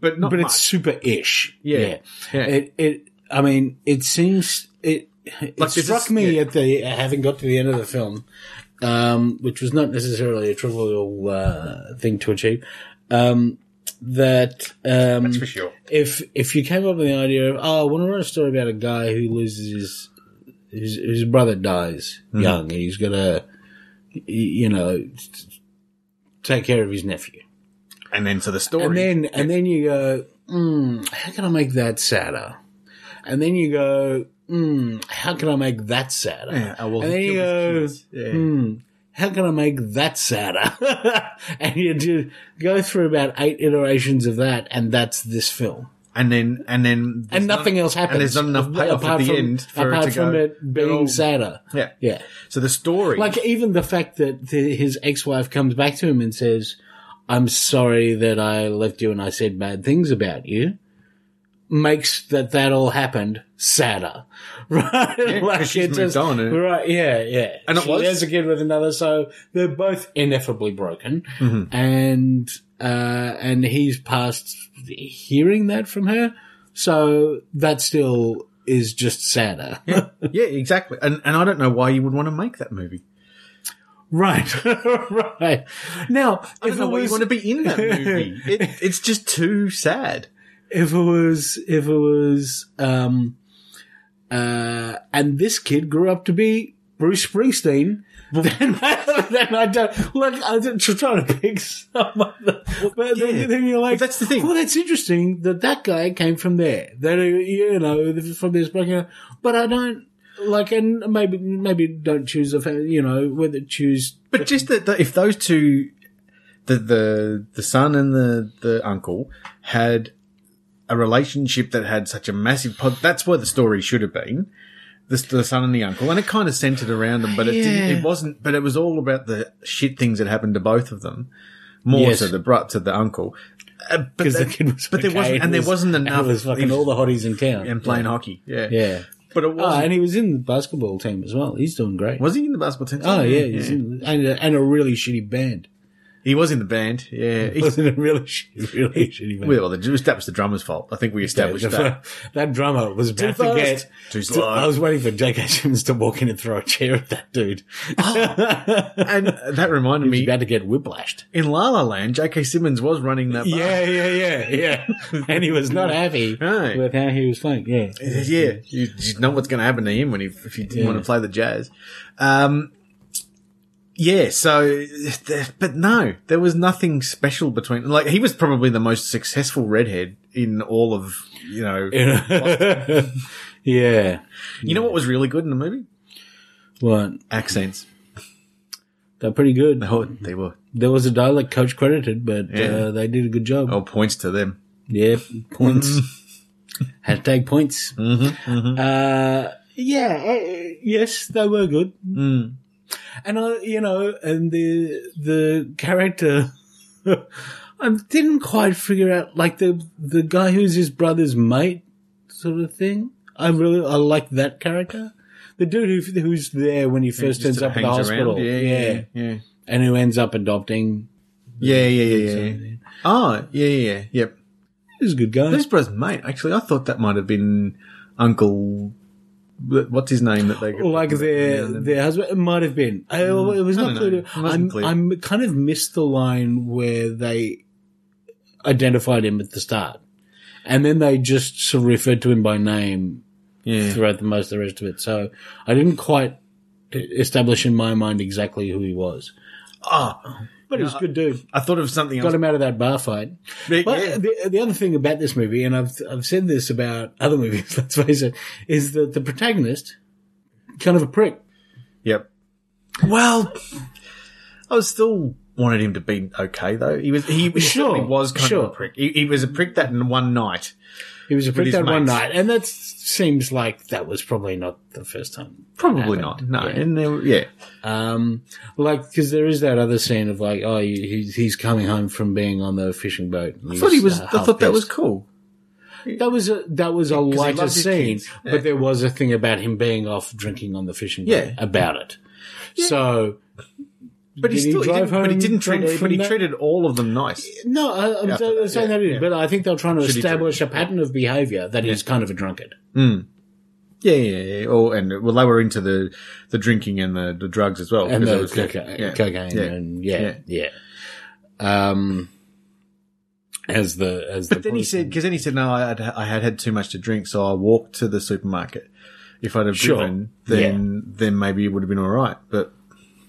Speaker 1: but not
Speaker 2: but
Speaker 1: much.
Speaker 2: it's super ish.
Speaker 1: Yeah. Yeah.
Speaker 2: It it I mean, it seems it it
Speaker 1: Like, this
Speaker 2: struck
Speaker 1: is-
Speaker 2: me
Speaker 1: yeah.
Speaker 2: at the having got to the end of the film, um, which was not necessarily a trivial uh, thing to achieve. Um, that um,
Speaker 1: for sure
Speaker 2: if if you came up with the idea of oh, I want to write a story about a guy who loses his his, his brother dies
Speaker 1: Hmm.
Speaker 2: young, and he's got to you know take care of his nephew.
Speaker 1: and then so the story
Speaker 2: And then and then you go, mm, how can I make that sadder? And then you go, mm, how can I make that sadder?
Speaker 1: yeah, I will
Speaker 2: and then you
Speaker 1: kill
Speaker 2: go,
Speaker 1: this kid. Yeah.
Speaker 2: mm, how can I make that sadder? [laughs] and you do go through about eight iterations of that, and that's this film.
Speaker 1: and then and then there's
Speaker 2: and nothing
Speaker 1: not-
Speaker 2: else happens.
Speaker 1: and there's not enough payoff at
Speaker 2: apart
Speaker 1: the
Speaker 2: from-
Speaker 1: end for
Speaker 2: apart
Speaker 1: it to
Speaker 2: from
Speaker 1: go
Speaker 2: it being
Speaker 1: They're all-
Speaker 2: sadder.
Speaker 1: yeah
Speaker 2: Yeah.
Speaker 1: so the story
Speaker 2: Like even the fact that the, his ex-wife comes back to him and says, "I'm sorry that I left you and I said bad things about you," makes that that all happened sadder, [laughs] right?
Speaker 1: Yeah, 'cause she's
Speaker 2: it's
Speaker 1: moved on, eh?
Speaker 2: right? Yeah, yeah.
Speaker 1: And it
Speaker 2: She
Speaker 1: was-
Speaker 2: has a kid with another, so they're both ineffably broken,
Speaker 1: Mm-hmm.
Speaker 2: and uh, and he's past hearing that from her, so that still is just sadder.
Speaker 1: yeah exactly and and i don't know why you would want to make that movie
Speaker 2: Right, [laughs] right. Now,
Speaker 1: I
Speaker 2: if
Speaker 1: don't
Speaker 2: it
Speaker 1: know why
Speaker 2: was
Speaker 1: you want to be in
Speaker 2: [laughs]
Speaker 1: that movie. It, it's just too sad.
Speaker 2: if it was if it was um uh and this kid grew up to be Bruce Springsteen, [laughs] then, then I don't look. I'm just trying to pick some other, but
Speaker 1: yeah.
Speaker 2: then, then you're like,
Speaker 1: But that's the thing.
Speaker 2: Well, that's interesting that that guy came from there. That uh, you know from this background, but I don't like, and maybe maybe don't choose a fa- you know whether choose
Speaker 1: But just that that if those two, the the the son and the the uncle had a relationship that had such a massive pod, that's where the story should have been. The, the son and the uncle, and it kind of centered around them, but it didn't,
Speaker 2: Yeah.
Speaker 1: it wasn't. But it was all about the shit things that happened to both of them, more
Speaker 2: Yes.
Speaker 1: to the bro to the uncle. Uh, but
Speaker 2: because the
Speaker 1: that-
Speaker 2: kid was
Speaker 1: but there
Speaker 2: okay,
Speaker 1: wasn't, and there
Speaker 2: was-
Speaker 1: wasn't
Speaker 2: and
Speaker 1: enough.
Speaker 2: It was
Speaker 1: he
Speaker 2: fucking
Speaker 1: was-
Speaker 2: all the hotties in town
Speaker 1: and playing hockey, yeah,
Speaker 2: Yeah.
Speaker 1: But it
Speaker 2: Oh,
Speaker 1: wasn't.
Speaker 2: and he was in the basketball team as well. He's doing great.
Speaker 1: was he in the basketball team?
Speaker 2: Oh yeah, he's in, and, a, and a really shitty band.
Speaker 1: He was in the band, yeah.
Speaker 2: [laughs] He
Speaker 1: He- [laughs]
Speaker 2: was in a really shitty, really shitty band.
Speaker 1: well, the, that was the drummer's fault. I think we established
Speaker 2: Yeah, the-
Speaker 1: that.
Speaker 2: that drummer was about to
Speaker 1: fast.
Speaker 2: get.
Speaker 1: Too
Speaker 2: to-
Speaker 1: slow.
Speaker 2: I was waiting for J.K. Simmons to walk in and throw a chair at that dude.
Speaker 1: And that reminded
Speaker 2: [laughs] he was
Speaker 1: me,
Speaker 2: about to get whiplashed.
Speaker 1: in La La Land, J.K. Simmons was running that. bar.
Speaker 2: [laughs] Yeah, yeah, yeah, yeah. and he was not happy
Speaker 1: Right.
Speaker 2: with how he was playing. Yeah,
Speaker 1: yeah. You, you know what's going to happen to him when he if he didn't
Speaker 2: Yeah.
Speaker 1: want to play the jazz. Um, yeah. So, but no, there was nothing special between. Like he was probably the most successful redhead in all of you know. [laughs]
Speaker 2: [laughs] yeah.
Speaker 1: You know what was really good in the movie?
Speaker 2: What?
Speaker 1: Accents.
Speaker 2: They're pretty good.
Speaker 1: Oh, they were.
Speaker 2: There was a dialect coach credited, but
Speaker 1: Yeah.
Speaker 2: uh, they did a good job.
Speaker 1: Oh, points to them.
Speaker 2: Yeah, points.
Speaker 1: Mm-hmm.
Speaker 2: [laughs] Hashtag points. Uh, yeah, uh, yes, they were good.
Speaker 1: Mm.
Speaker 2: And I, you know, and the the character, [laughs] I didn't quite figure out like the the guy who's his brother's mate, sort of thing. I really I like that character. The dude who, who's there when he first
Speaker 1: Just
Speaker 2: turns
Speaker 1: sort
Speaker 2: up
Speaker 1: of
Speaker 2: at the
Speaker 1: hangs around.
Speaker 2: hospital,
Speaker 1: Yeah, yeah, yeah.
Speaker 2: and who ends up adopting.
Speaker 1: Yeah, yeah, yeah, yeah. yeah. Oh, yeah, yeah, yeah. Yep.
Speaker 2: He's a good guy.
Speaker 1: Blues Brothers, mate. Actually, I thought that might have been Uncle. What's his name that they got?
Speaker 2: like their their husband. It might have been. I, it was
Speaker 1: I
Speaker 2: not
Speaker 1: don't
Speaker 2: clear.
Speaker 1: know.
Speaker 2: to-
Speaker 1: It wasn't
Speaker 2: I'm,
Speaker 1: clear.
Speaker 2: I'm kind of missed the line where they identified him at the start, and then they just sort of referred to him by name
Speaker 1: yeah.
Speaker 2: throughout the most of the rest of it. So I didn't quite e, establish in my mind exactly who he was.
Speaker 1: Oh,
Speaker 2: But he was a good dude.
Speaker 1: I thought of something
Speaker 2: Got
Speaker 1: else.
Speaker 2: him out of that bar fight.
Speaker 1: Yeah.
Speaker 2: Well, the, the other thing about this movie, [laughs] and I've I've said this about other movies, let's face it, is that the protagonist, kind of a prick.
Speaker 1: Yep. Well, I was still wanted him to be okay though. He was he
Speaker 2: Sure,
Speaker 1: certainly was kind
Speaker 2: sure.
Speaker 1: of a prick. He, he was a prick that in one night.
Speaker 2: He was a prick
Speaker 1: his
Speaker 2: that one
Speaker 1: mates.
Speaker 2: night, and that seems like that was probably not the first time.
Speaker 1: Probably
Speaker 2: Happened.
Speaker 1: not. No.
Speaker 2: Yeah.
Speaker 1: And there, were- yeah.
Speaker 2: Um, like because there is that other scene of like, oh, he- he's he's coming home from being on the fishing boat. uh,
Speaker 1: I thought he was. I thought that was cool.
Speaker 2: That was a that was a
Speaker 1: he
Speaker 2: lighter
Speaker 1: loved his
Speaker 2: scene,
Speaker 1: kids. Yeah.
Speaker 2: but there was a thing about him being off drinking on the fishing boat
Speaker 1: Yeah.
Speaker 2: about it. So
Speaker 1: But he
Speaker 2: Did he
Speaker 1: still. He
Speaker 2: drive
Speaker 1: didn't, but he
Speaker 2: home
Speaker 1: didn't
Speaker 2: drunk
Speaker 1: treat. But he
Speaker 2: from that?
Speaker 1: treated all of them nice.
Speaker 2: no, I, I'm
Speaker 1: After
Speaker 2: so-
Speaker 1: that,
Speaker 2: saying
Speaker 1: yeah,
Speaker 2: that is,
Speaker 1: yeah.
Speaker 2: but I think they're trying to
Speaker 1: Should he do
Speaker 2: establish
Speaker 1: it?
Speaker 2: a pattern of behaviour that he's kind of a drunkard.
Speaker 1: Yeah, yeah, yeah. Or, and well, they were into the the drinking and the, the drugs as well.
Speaker 2: and
Speaker 1: because
Speaker 2: the
Speaker 1: it was
Speaker 2: coca-
Speaker 1: good.
Speaker 2: cocaine,
Speaker 1: Yeah. Yeah.
Speaker 2: and yeah, yeah, Um, as the as
Speaker 1: But
Speaker 2: the
Speaker 1: then he said,
Speaker 2: policeman.
Speaker 1: because then he said, no, I had, I had had too much to drink, so I walked to the supermarket. If I'd have
Speaker 2: Sure.
Speaker 1: driven, then then maybe it would have been all right. But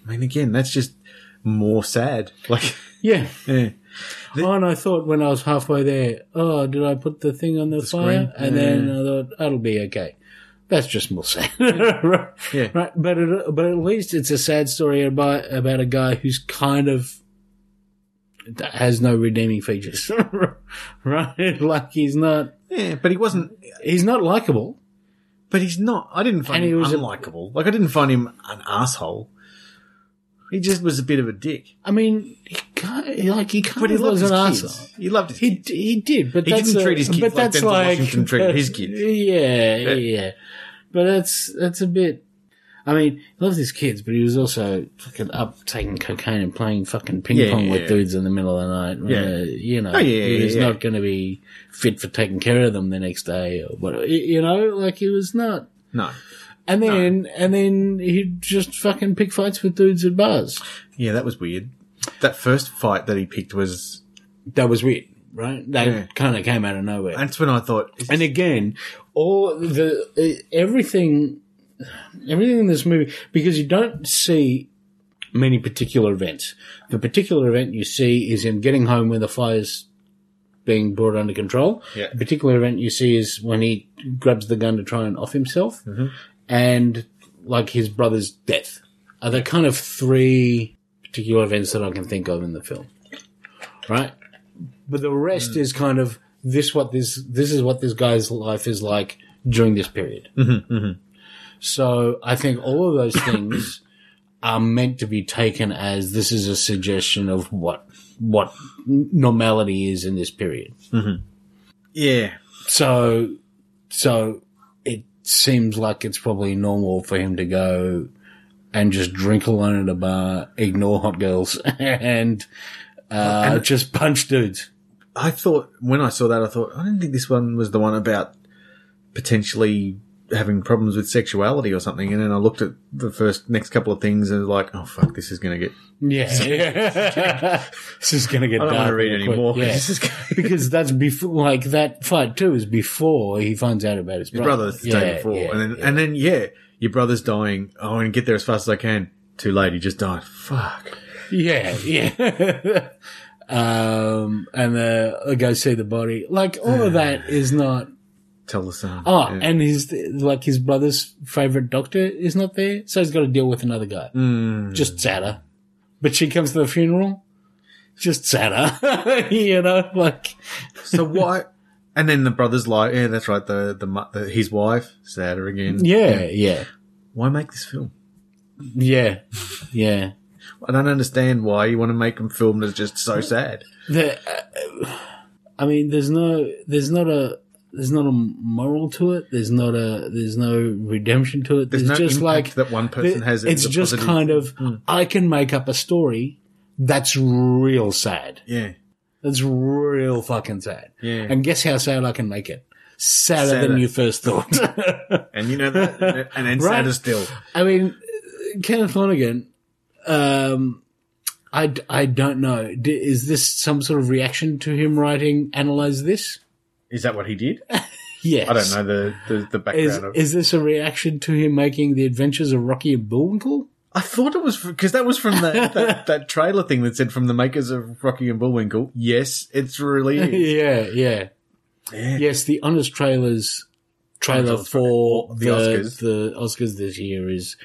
Speaker 1: I mean, again, that's just more sad. [laughs] Like,
Speaker 2: yeah.
Speaker 1: yeah,
Speaker 2: oh, and I thought when I was halfway there, oh, did I put the thing on the, fire?
Speaker 1: screen?
Speaker 2: And then I thought that'll be okay. That's just more sad, [laughs] right?
Speaker 1: Yeah.
Speaker 2: Right, but it, but at least it's a sad story about about a guy who's kind of that has no redeeming features, [laughs] right? Like he's not
Speaker 1: yeah. But he wasn't.
Speaker 2: he's not likable.
Speaker 1: But he's not. I didn't find
Speaker 2: And he
Speaker 1: him
Speaker 2: was a-
Speaker 1: unlikable. like, I didn't find him an asshole. He just was a bit of a dick.
Speaker 2: I mean, he kind like he kind
Speaker 1: But he
Speaker 2: of
Speaker 1: loved
Speaker 2: was
Speaker 1: his
Speaker 2: an
Speaker 1: kids.
Speaker 2: asshole.
Speaker 1: He loved his.
Speaker 2: He
Speaker 1: kids.
Speaker 2: d- he did, but
Speaker 1: He
Speaker 2: that's
Speaker 1: didn't
Speaker 2: a-
Speaker 1: treat his kids
Speaker 2: but
Speaker 1: like
Speaker 2: that's
Speaker 1: Denzel
Speaker 2: like,
Speaker 1: Washington treated his
Speaker 2: but-
Speaker 1: kids.
Speaker 2: Yeah, yeah, But that's that's a bit. I mean, he loves his kids, but he was also fucking up taking cocaine and playing fucking ping
Speaker 1: Yeah,
Speaker 2: pong
Speaker 1: yeah,
Speaker 2: with
Speaker 1: yeah.
Speaker 2: dudes in the middle of the night.
Speaker 1: Yeah.
Speaker 2: Uh, you know,
Speaker 1: Oh, yeah, yeah,
Speaker 2: he's
Speaker 1: yeah.
Speaker 2: not going to be fit for taking care of them the next day or whatever. Y- You know, like he was not.
Speaker 1: No.
Speaker 2: And then, and then he'd just fucking pick fights with dudes at bars.
Speaker 1: Yeah, that was weird. That first fight that he picked was.
Speaker 2: That was weird, right? That
Speaker 1: Yeah.
Speaker 2: kind of came out of nowhere.
Speaker 1: That's when I thought. is-
Speaker 2: and again, all the eh, everything, everything in this movie, because you don't see many particular events. The particular event you see is him getting home when the fire's being brought under control.
Speaker 1: Yeah.
Speaker 2: The particular event you see is when he grabs the gun to try and off himself, and like his brother's death. Are the kind of three particular events that I can think of in the film, right? but the rest is kind of this what this this is what this guy's life is like during this period. So I think all of those things are meant to be taken as this is a suggestion of what what normality is in this period.
Speaker 1: yeah.
Speaker 2: So so it seems like it's probably normal for him to go and just drink alone at a bar, ignore hot girls, [laughs] and, uh, just punch dudes.
Speaker 1: I thought when I saw that, I thought I didn't think this one was the one about potentially having problems with sexuality or something. And then I looked at the first next couple of things and was like, oh fuck, this is going to get.
Speaker 2: Yeah, [laughs] this is gonna get.
Speaker 1: I don't want
Speaker 2: dark
Speaker 1: to read
Speaker 2: real
Speaker 1: anymore.
Speaker 2: quick.
Speaker 1: [laughs]
Speaker 2: Yeah.
Speaker 1: This is gonna-
Speaker 2: because that's before, like that fight too is before he finds out about his
Speaker 1: His
Speaker 2: brother.
Speaker 1: brother's the day before, and then
Speaker 2: yeah.
Speaker 1: and then yeah, your brother's dying. Oh, and get there as fast as I can. Too late. He just died. Fuck.
Speaker 2: yeah, yeah. [laughs] um, and uh, I go see the body. Like all of that is not.
Speaker 1: Tell the son.
Speaker 2: Oh,
Speaker 1: Yeah.
Speaker 2: and his like his brother's favorite doctor is not there, so he's got to deal with another guy.
Speaker 1: Mm.
Speaker 2: Just sadder. But she comes to the funeral. Just sadder, [laughs] you know, like
Speaker 1: so why? And then the brother's like, yeah, that's right. The the, mu- the his wife sadder again.
Speaker 2: yeah, yeah,
Speaker 1: Why make this film?
Speaker 2: yeah, yeah.
Speaker 1: I don't understand why you want to make them film that's just so sad.
Speaker 2: the, uh, I mean, there's no, there's not a, there's not a moral to it. There's not a, there's no redemption to it.
Speaker 1: There's
Speaker 2: There's,
Speaker 1: no
Speaker 2: just
Speaker 1: impact
Speaker 2: like
Speaker 1: that one person has.
Speaker 2: It's
Speaker 1: as a
Speaker 2: just
Speaker 1: positive- Hmm.
Speaker 2: kind of, I can make up a story that's real sad.
Speaker 1: yeah,
Speaker 2: That's real fucking sad.
Speaker 1: Yeah.
Speaker 2: And guess how sad I can make it? Sadder,
Speaker 1: Sadder.
Speaker 2: than you first thought. [laughs]
Speaker 1: and you know that, and then
Speaker 2: Right.
Speaker 1: sadder still.
Speaker 2: I mean, Kenneth Flanagan, um, I, d- I don't know. D- is this some sort of reaction to him writing Analyze This?
Speaker 1: Is that what he did?
Speaker 2: Yes.
Speaker 1: I don't know the the, the background
Speaker 2: Is,
Speaker 1: of.
Speaker 2: is this a reaction to him making The Adventures of Rocky and Bullwinkle?
Speaker 1: I thought it was because that was from
Speaker 2: [laughs]
Speaker 1: that, that that trailer thing that said from the makers of Rocky and Bullwinkle.
Speaker 2: [laughs]
Speaker 1: Yes, it's really.
Speaker 2: yeah, yeah. Yes, the Honest Trailers trailer
Speaker 1: Oscar-
Speaker 2: for
Speaker 1: the
Speaker 2: the,
Speaker 1: Oscars.
Speaker 2: the Oscars this year is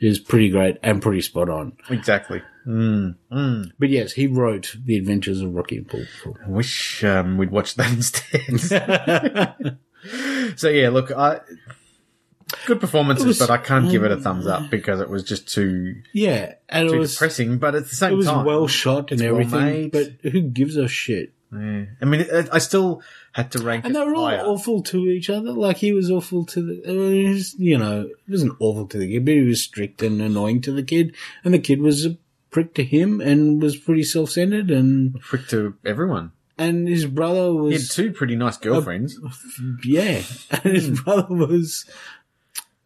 Speaker 2: is pretty great and pretty spot on.
Speaker 1: Exactly.
Speaker 2: But yes, he wrote The Adventures of Rocky and Bullwinkle.
Speaker 1: [laughs] I wish um, we'd watched that [laughs] instead. so yeah, look, I good performances,
Speaker 2: It was-
Speaker 1: but I can't give it a thumbs up because it was just too
Speaker 2: Yeah, and
Speaker 1: too
Speaker 2: it was
Speaker 1: depressing. But at the same
Speaker 2: it was
Speaker 1: time,
Speaker 2: well shot and
Speaker 1: It's well
Speaker 2: everything,
Speaker 1: made.
Speaker 2: but who gives a shit?
Speaker 1: Yeah. I mean, I- I still had to rank.
Speaker 2: And they
Speaker 1: it
Speaker 2: were all
Speaker 1: higher.
Speaker 2: awful to each other. Like he was awful to the, I mean, he was, you know, he wasn't awful to the kid, but he was strict and annoying to the kid, and the kid was a prick to him and was pretty self-centered, and
Speaker 1: prick to everyone.
Speaker 2: and his brother
Speaker 1: He had
Speaker 2: was
Speaker 1: two pretty nice
Speaker 2: Uh,
Speaker 1: girlfriends.
Speaker 2: yeah, [laughs] and
Speaker 1: Hmm.
Speaker 2: his brother was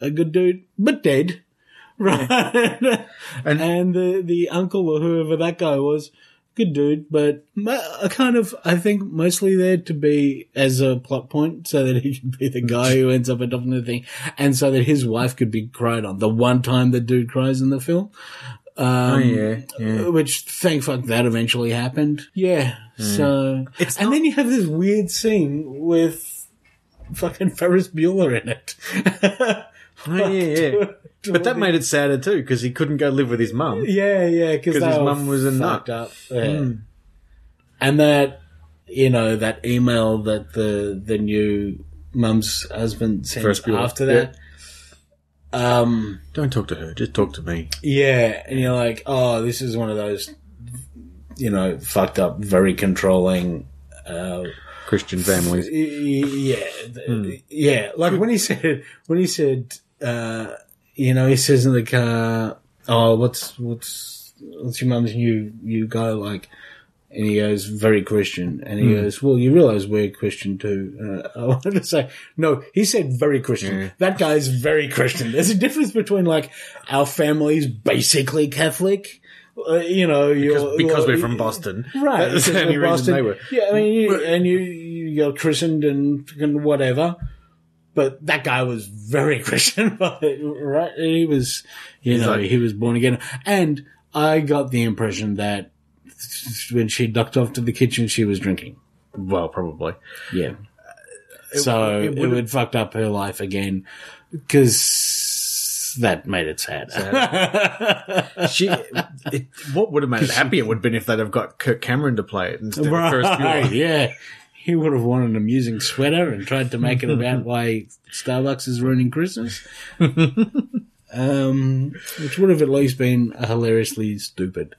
Speaker 2: a good dude, but dead. [laughs] Right. and
Speaker 1: And-
Speaker 2: the, the uncle or whoever that guy was, good dude, but mo- a kind of, I think, mostly there to be as a plot point so that he could be the guy who ends up adopting the thing and so that his wife could be cried on. The one time the dude cries in the film. Um,
Speaker 1: oh yeah, yeah.
Speaker 2: which thank fuck that eventually happened. Yeah. So
Speaker 1: Mm. It's
Speaker 2: and
Speaker 1: not-
Speaker 2: then you have this weird scene with fucking Ferris Bueller in it.
Speaker 1: [laughs] Oh, yeah,
Speaker 2: [laughs]
Speaker 1: yeah. But that made it sadder too because he couldn't go live with his mum.
Speaker 2: yeah, yeah, because
Speaker 1: 'Cause his mum was a nut. Hmm.
Speaker 2: Up. Yeah. And that you know that email that the the new mum's husband sent
Speaker 1: Ferris Bueller.
Speaker 2: after that. Um.
Speaker 1: Don't talk to her. Just talk to me.
Speaker 2: Yeah, and you're like, oh, this is one of those, you know, fucked up, very controlling. Uh,
Speaker 1: Christian families.
Speaker 2: y- y- yeah, th-
Speaker 1: Hmm.
Speaker 2: yeah. Like when he said, when he said, uh, you know, he says in the car, oh, what's what's what's your mum's new new guy like? And he goes, very Christian. And he
Speaker 1: Hmm.
Speaker 2: goes, well, you realize we're Christian too. Uh, [laughs] I wanted to say, no, he said very Christian.
Speaker 1: Yeah.
Speaker 2: That guy is very Christian. There's a difference between like our family's basically Catholic. Uh, you know,
Speaker 1: Because,
Speaker 2: you're,
Speaker 1: because we're
Speaker 2: you're-
Speaker 1: from Boston.
Speaker 2: Right.
Speaker 1: That's
Speaker 2: because
Speaker 1: the only
Speaker 2: of
Speaker 1: reason
Speaker 2: Boston.
Speaker 1: they were.
Speaker 2: Yeah, I mean, you, and you, you got christened and fucking whatever. But that guy was very [laughs] Christian, but right? He was, you know,
Speaker 1: like-
Speaker 2: he was born again. And I got the impression that when she ducked off to the kitchen, she was drinking.
Speaker 1: Well, probably.
Speaker 2: Yeah. so
Speaker 1: it
Speaker 2: it,
Speaker 1: would've-
Speaker 2: would fucked up her life again because that made it sad. [laughs]
Speaker 1: She, it, what would have made it happier would have been if they'd have got Kirk Cameron to play it instead of Ferris
Speaker 2: Right,
Speaker 1: Bueller.
Speaker 2: yeah. He would have worn an amusing sweater and tried to make
Speaker 1: [laughs]
Speaker 2: it about why Starbucks is ruining Christmas. um, which would have at least been hilariously stupid.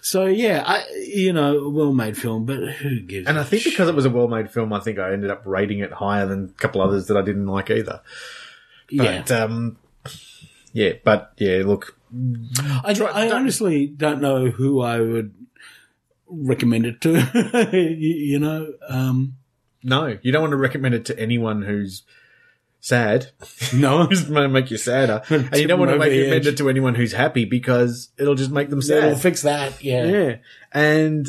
Speaker 2: So yeah, I, you know, well made film, but who gives
Speaker 1: And
Speaker 2: a
Speaker 1: I think
Speaker 2: shit?
Speaker 1: because it was a well-made film, I think I ended up rating it higher than a couple others that I didn't like either.
Speaker 2: yeah.
Speaker 1: But, um, yeah, but yeah, look,
Speaker 2: I, I honestly don't know who I would recommend it to. [laughs] you, you know, um,
Speaker 1: no, you don't want to recommend it to anyone who's sad. [laughs]
Speaker 2: no,
Speaker 1: It's going to make you
Speaker 2: [laughs]
Speaker 1: sadder. And you
Speaker 2: Tip 'em
Speaker 1: don't want to
Speaker 2: over
Speaker 1: make
Speaker 2: the
Speaker 1: recommend
Speaker 2: edge.
Speaker 1: it to anyone who's happy because it'll just make them sad.
Speaker 2: we'll fix that. Yeah.
Speaker 1: Yeah, and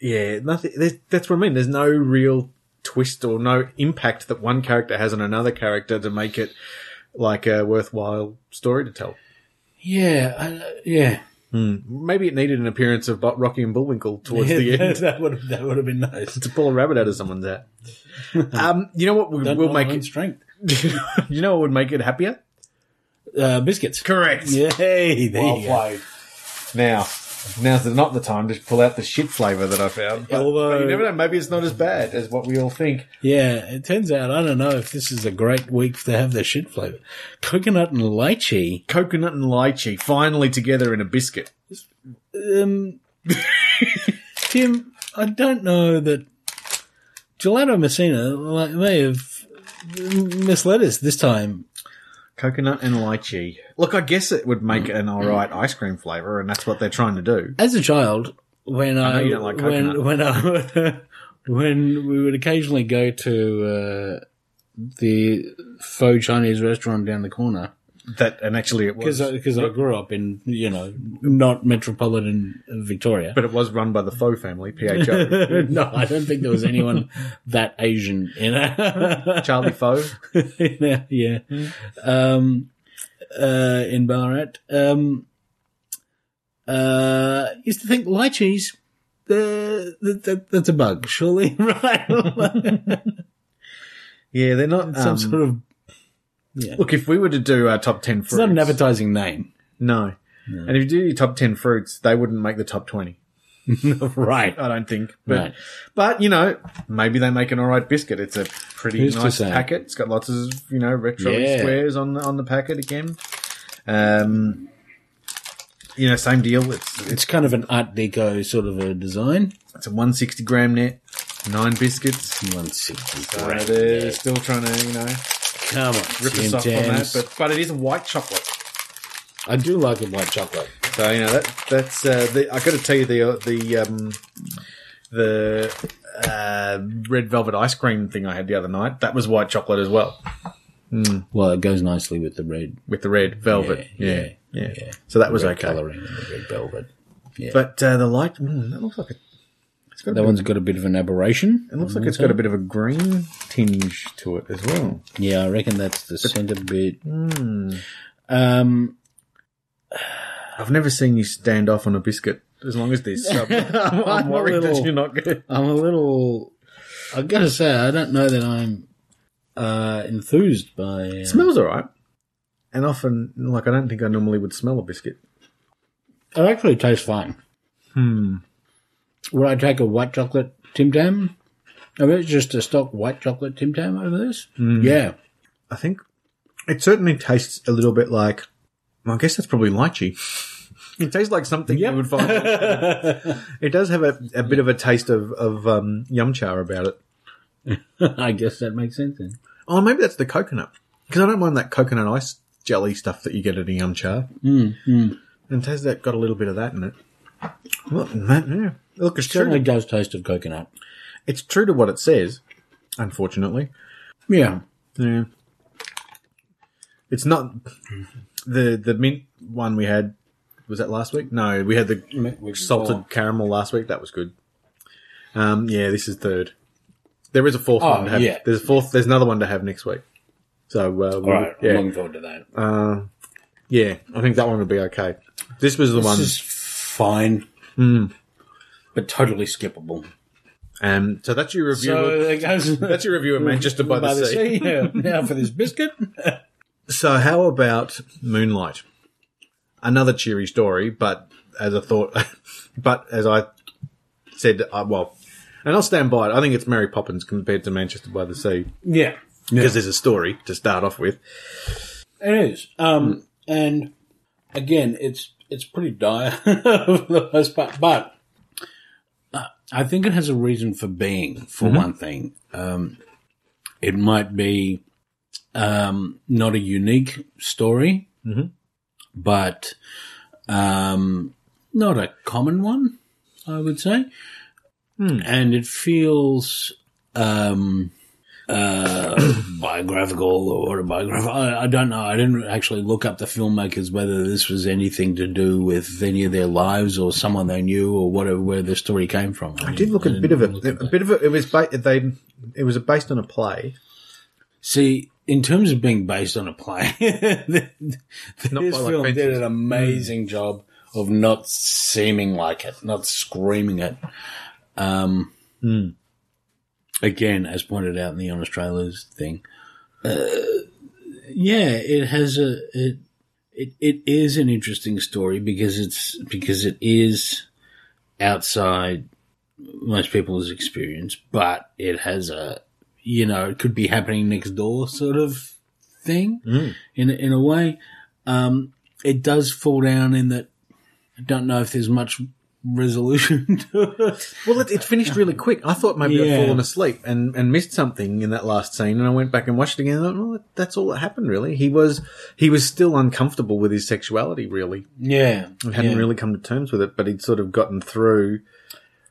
Speaker 1: yeah, nothing. there's- That's what I mean. There's no real twist or no impact that one character has on another character to make it like a worthwhile story to tell.
Speaker 2: Yeah. I, yeah.
Speaker 1: Mm. Maybe it needed an appearance of Bo- Rocky and Bullwinkle towards
Speaker 2: [laughs] Yeah,
Speaker 1: the
Speaker 2: that-
Speaker 1: end
Speaker 2: That would have that would have been nice.
Speaker 1: to pull a rabbit out of someone's
Speaker 2: [laughs]
Speaker 1: hat. um, you know what? We,
Speaker 2: Don't
Speaker 1: we'll
Speaker 2: know
Speaker 1: make
Speaker 2: my own
Speaker 1: it. [laughs]
Speaker 2: strength.
Speaker 1: you know what would make it happier?
Speaker 2: Uh, biscuits.
Speaker 1: Correct.
Speaker 2: Yay! There you go.
Speaker 1: Now, now's the- not the time to pull out the shit flavour that I found. But,
Speaker 2: Although-
Speaker 1: but you never know. Maybe it's not as bad as what we all think.
Speaker 2: Yeah, it turns out I don't know if this is a great week to have the shit flavor. Coconut and lychee.
Speaker 1: Coconut and lychee finally together in a biscuit.
Speaker 2: Um, Tim, I don't know that Gelato Messina like, may have misled us this time.
Speaker 1: Coconut and lychee. Look, I guess it would make an alright ice cream flavour, and that's what they're trying to do.
Speaker 2: As a child, when I,
Speaker 1: you don't like
Speaker 2: when
Speaker 1: coconut.
Speaker 2: when I [laughs] when we would occasionally go to uh, the faux Chinese restaurant down the corner
Speaker 1: That and actually it was,
Speaker 2: because because I, grew up in you know not metropolitan Victoria. [laughs]
Speaker 1: but it was run by the Faux family, PHO.
Speaker 2: no, I don't think there was anyone that Asian in [laughs] it.
Speaker 1: Charlie Faux.
Speaker 2: yeah, yeah. Um, uh, in Ballarat, um, uh, used to think lychees. Uh, that, that, that's a bug, surely, [laughs] right?
Speaker 1: [laughs] Yeah, they're not
Speaker 2: Some
Speaker 1: um,
Speaker 2: sort of Yeah.
Speaker 1: Look, if we were to do our top ten fruits,
Speaker 2: It's not an advertising name.
Speaker 1: no. And if you do your top ten fruits, they wouldn't make the top twenty.
Speaker 2: [laughs] right.
Speaker 1: I don't think. But
Speaker 2: Right.
Speaker 1: but you know, maybe they make an all right biscuit. It's a pretty
Speaker 2: Who's to
Speaker 1: nice
Speaker 2: say?
Speaker 1: packet. It's got lots of you know retro
Speaker 2: Yeah.
Speaker 1: squares on the on the packet again. Um, you know, same deal. It's
Speaker 2: It's kind of an Art Deco sort of a design.
Speaker 1: it's a one sixty gram net, nine biscuits.
Speaker 2: One sixty.
Speaker 1: So they're still trying to you know
Speaker 2: Come on,
Speaker 1: rip
Speaker 2: Tim
Speaker 1: us off on that.
Speaker 2: Tams.
Speaker 1: But but it is a white chocolate.
Speaker 2: I do like a white chocolate.
Speaker 1: So you know that that's uh, the, I got to tell you the uh, the um, the uh, red velvet ice cream thing I had the other night. That was white chocolate as well.
Speaker 2: Well, it goes nicely with the red,
Speaker 1: with the red velvet. Yeah, yeah. So that was
Speaker 2: red
Speaker 1: okay.
Speaker 2: coloring and the red velvet.
Speaker 1: But uh, the light, mm, that looks like a, it's got a
Speaker 2: That
Speaker 1: bit,
Speaker 2: one's got a bit of an aberration.
Speaker 1: it looks like it's got a bit of a green tinge to it as well.
Speaker 2: Yeah, I reckon that's the centre bit.
Speaker 1: Hmm.
Speaker 2: Um,
Speaker 1: I've never seen you stand off on a biscuit as long as this. So I'm, I'm
Speaker 2: a
Speaker 1: worried that
Speaker 2: little-
Speaker 1: you're not good.
Speaker 2: I'm a little. I've got to say, I don't know that I'm uh, enthused by. Uh,
Speaker 1: Smells all right. And often, like, I don't think I normally would smell a biscuit.
Speaker 2: It actually tastes fine. Hmm. Would I take a white chocolate Tim Tam? I mean, it's just a stock white chocolate Tim Tam over this.
Speaker 1: Hmm.
Speaker 2: Yeah. [laughs]
Speaker 1: I think it certainly tastes a little bit like, well, I guess that's probably lychee. [laughs] It tastes like something you would find. [laughs] it does have a, a bit of a taste of, of um, yum cha about it.
Speaker 2: I guess that makes sense then.
Speaker 1: Oh, maybe that's the coconut. Because I don't mind that coconut ice jelly stuff that you get at a yum cha. Mm, And it has that got a little bit of that in it. Well, that, yeah. Look, it's true.
Speaker 2: Certainly
Speaker 1: To,
Speaker 2: does taste of coconut.
Speaker 1: it's true to what it says, unfortunately.
Speaker 2: Yeah.
Speaker 1: Yeah. It's not the the mint one we had. Was that last week? No, we had the
Speaker 2: Mm-hmm.
Speaker 1: salted caramel last week. That was good. Um, yeah, this is third. There is a fourth
Speaker 2: Oh,
Speaker 1: one To have.
Speaker 2: yeah.
Speaker 1: There's a fourth. There's another one to have next week. So uh, we'll-
Speaker 2: All right. I'm
Speaker 1: yeah,
Speaker 2: looking forward to that.
Speaker 1: uh, yeah. I think that one would be okay. This was the one.
Speaker 2: This is fine, Hmm. but totally skippable.
Speaker 1: um, so that's your review.
Speaker 2: So
Speaker 1: of,
Speaker 2: there [laughs] goes
Speaker 1: that's your review of Manchester by, the, sea.
Speaker 2: yeah. [laughs] Now for this biscuit.
Speaker 1: So, how about Moonlight? Another cheery story, but as I thought, [laughs] but as I said, uh, well, and I'll stand by it. I think it's Mary Poppins compared to Manchester by the Sea
Speaker 2: yeah,
Speaker 1: because there's a story to start off with.
Speaker 2: it is. Um, and again, it's it's pretty dire [laughs] for the most part, but uh, I think it has a reason for being. For one thing, um, it might be um, not a unique story,
Speaker 1: Mm-hmm.
Speaker 2: but um, not a common one. I would say,
Speaker 1: Hmm.
Speaker 2: and it feels um, uh, [coughs] biographical or autobiographical. I, I don't know. I didn't actually look up the filmmakers whether this was anything to do with any of their lives or someone they knew or whatever where the story came from.
Speaker 1: I did look at a bit of it. A bit of it. It was ba- they. It was based on a play.
Speaker 2: See, in terms of being based on a [laughs] play, this
Speaker 1: by, like,
Speaker 2: film did
Speaker 1: fences. Mm.
Speaker 2: an amazing job of not seeming like it, not screaming it. Um,
Speaker 1: Hmm.
Speaker 2: Again, as pointed out in the Honest Trailers thing, uh, yeah, it has a it, it it is an interesting story because it's because it is outside most people's experience, but it has a you know, it could be happening next door sort of thing in, in a way. Um, it does fall down in that I don't know if there's much resolution [laughs] to it.
Speaker 1: Well, it, it finished really quick. I thought maybe
Speaker 2: Yeah.
Speaker 1: I'd fallen asleep and, and missed something in that last scene, and I went back and watched it again. And I thought, well, that's all that happened, really. He was he was still uncomfortable with his sexuality, really.
Speaker 2: Yeah.
Speaker 1: He hadn't
Speaker 2: yeah.
Speaker 1: really come to terms with it, but he'd sort of gotten through.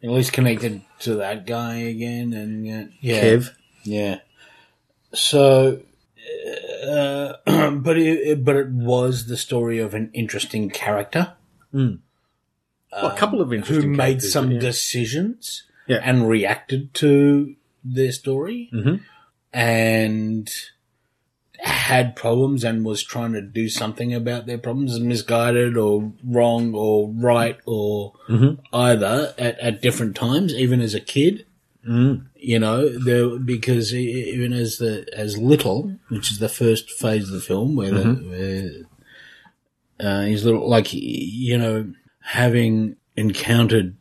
Speaker 2: At least connected to that guy again and uh, yeah.
Speaker 1: Kev,
Speaker 2: Yeah. So, uh, [clears throat] but it, but it was the story of an interesting character
Speaker 1: well, a couple of
Speaker 2: um, who
Speaker 1: interesting
Speaker 2: made
Speaker 1: characters,
Speaker 2: some
Speaker 1: yeah.
Speaker 2: decisions
Speaker 1: Yeah.
Speaker 2: and reacted to their story
Speaker 1: Mm-hmm.
Speaker 2: and had problems and was trying to do something about their problems and misguided or wrong or right or either at, at different times, even as a kid. You know, there, because e- e- even as the as little, which is the first phase of the film, where, the, where uh, he's little, like you know, having encountered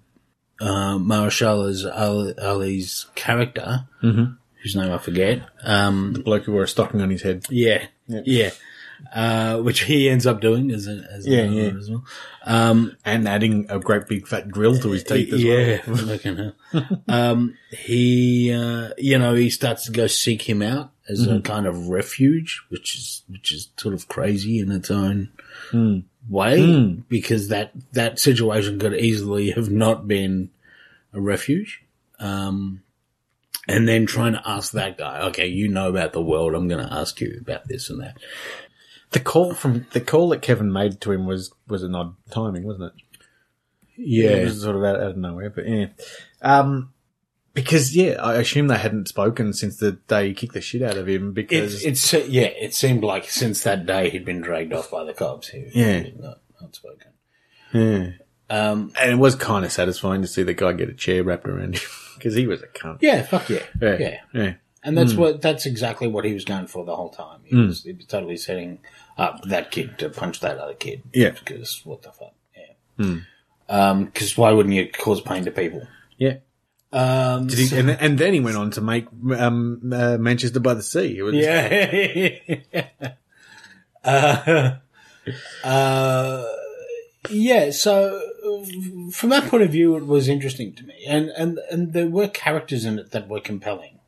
Speaker 2: uh, Marshala's Ali, Ali's character, whose name I forget, um,
Speaker 1: The bloke who wore a stocking on his head.
Speaker 2: yeah, yeah. Uh, which he ends up doing as a, as
Speaker 1: Yeah,
Speaker 2: a
Speaker 1: yeah.
Speaker 2: as well.
Speaker 1: And adding a great big fat drill to his teeth as well.
Speaker 2: yeah, [laughs] fucking hell. um, he, uh, you know, he starts to go seek him out as
Speaker 1: Mm-hmm.
Speaker 2: a kind of refuge, which is which is sort of crazy in its own
Speaker 1: Hmm.
Speaker 2: way, because that that situation could easily have not been a refuge. Um, and then trying to ask that guy, okay, you know about the world, I'm going to ask you about this and that.
Speaker 1: The call from the call that Kevin made to him was was an odd timing, wasn't it? It
Speaker 2: Yeah,
Speaker 1: was sort of out, out of nowhere, but yeah. Um, because yeah, I assume they hadn't spoken since the day he kicked the shit out of him. Because
Speaker 2: It's it's yeah. It seemed like since that day he'd been dragged off by the cops. He,
Speaker 1: Yeah.
Speaker 2: he not, not spoken.
Speaker 1: Yeah.
Speaker 2: Um,
Speaker 1: and it was kind of satisfying to see the guy get a chair wrapped around him [laughs] because he was a cunt.
Speaker 2: yeah, fuck yeah, yeah,
Speaker 1: yeah, Hmm. yeah.
Speaker 2: And that's what that's exactly what he was going for the whole time. He,
Speaker 1: Hmm.
Speaker 2: was, he was totally setting up that kid to punch that other kid.
Speaker 1: Yeah. Hmm.
Speaker 2: because what the fuck? Yeah. Because why wouldn't you cause pain to people?
Speaker 1: yeah.
Speaker 2: Um,
Speaker 1: Did he, and, and then he went on to make um, uh, Manchester by the Sea. It was,
Speaker 2: Yeah. [laughs] uh, uh, yeah. So uh, from that point of view, it was interesting to me, and and and there were characters in it that were compelling,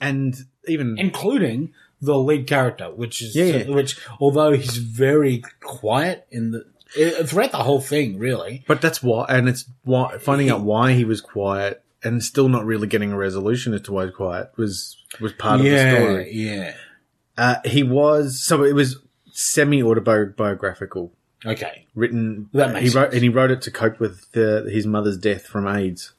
Speaker 1: and even
Speaker 2: including the lead character, which is
Speaker 1: Yeah, yeah.
Speaker 2: which although he's very quiet in the uh, throughout the whole thing, really.
Speaker 1: but that's why, and it's why finding out why he was quiet and still not really getting a resolution as to why he's quiet was was part of the story.
Speaker 2: yeah.
Speaker 1: Uh, he was so it was semi autobiographical,
Speaker 2: Okay.
Speaker 1: written.
Speaker 2: That makes
Speaker 1: he wrote
Speaker 2: sense.
Speaker 1: and he wrote it to cope with the, his mother's death from AIDS.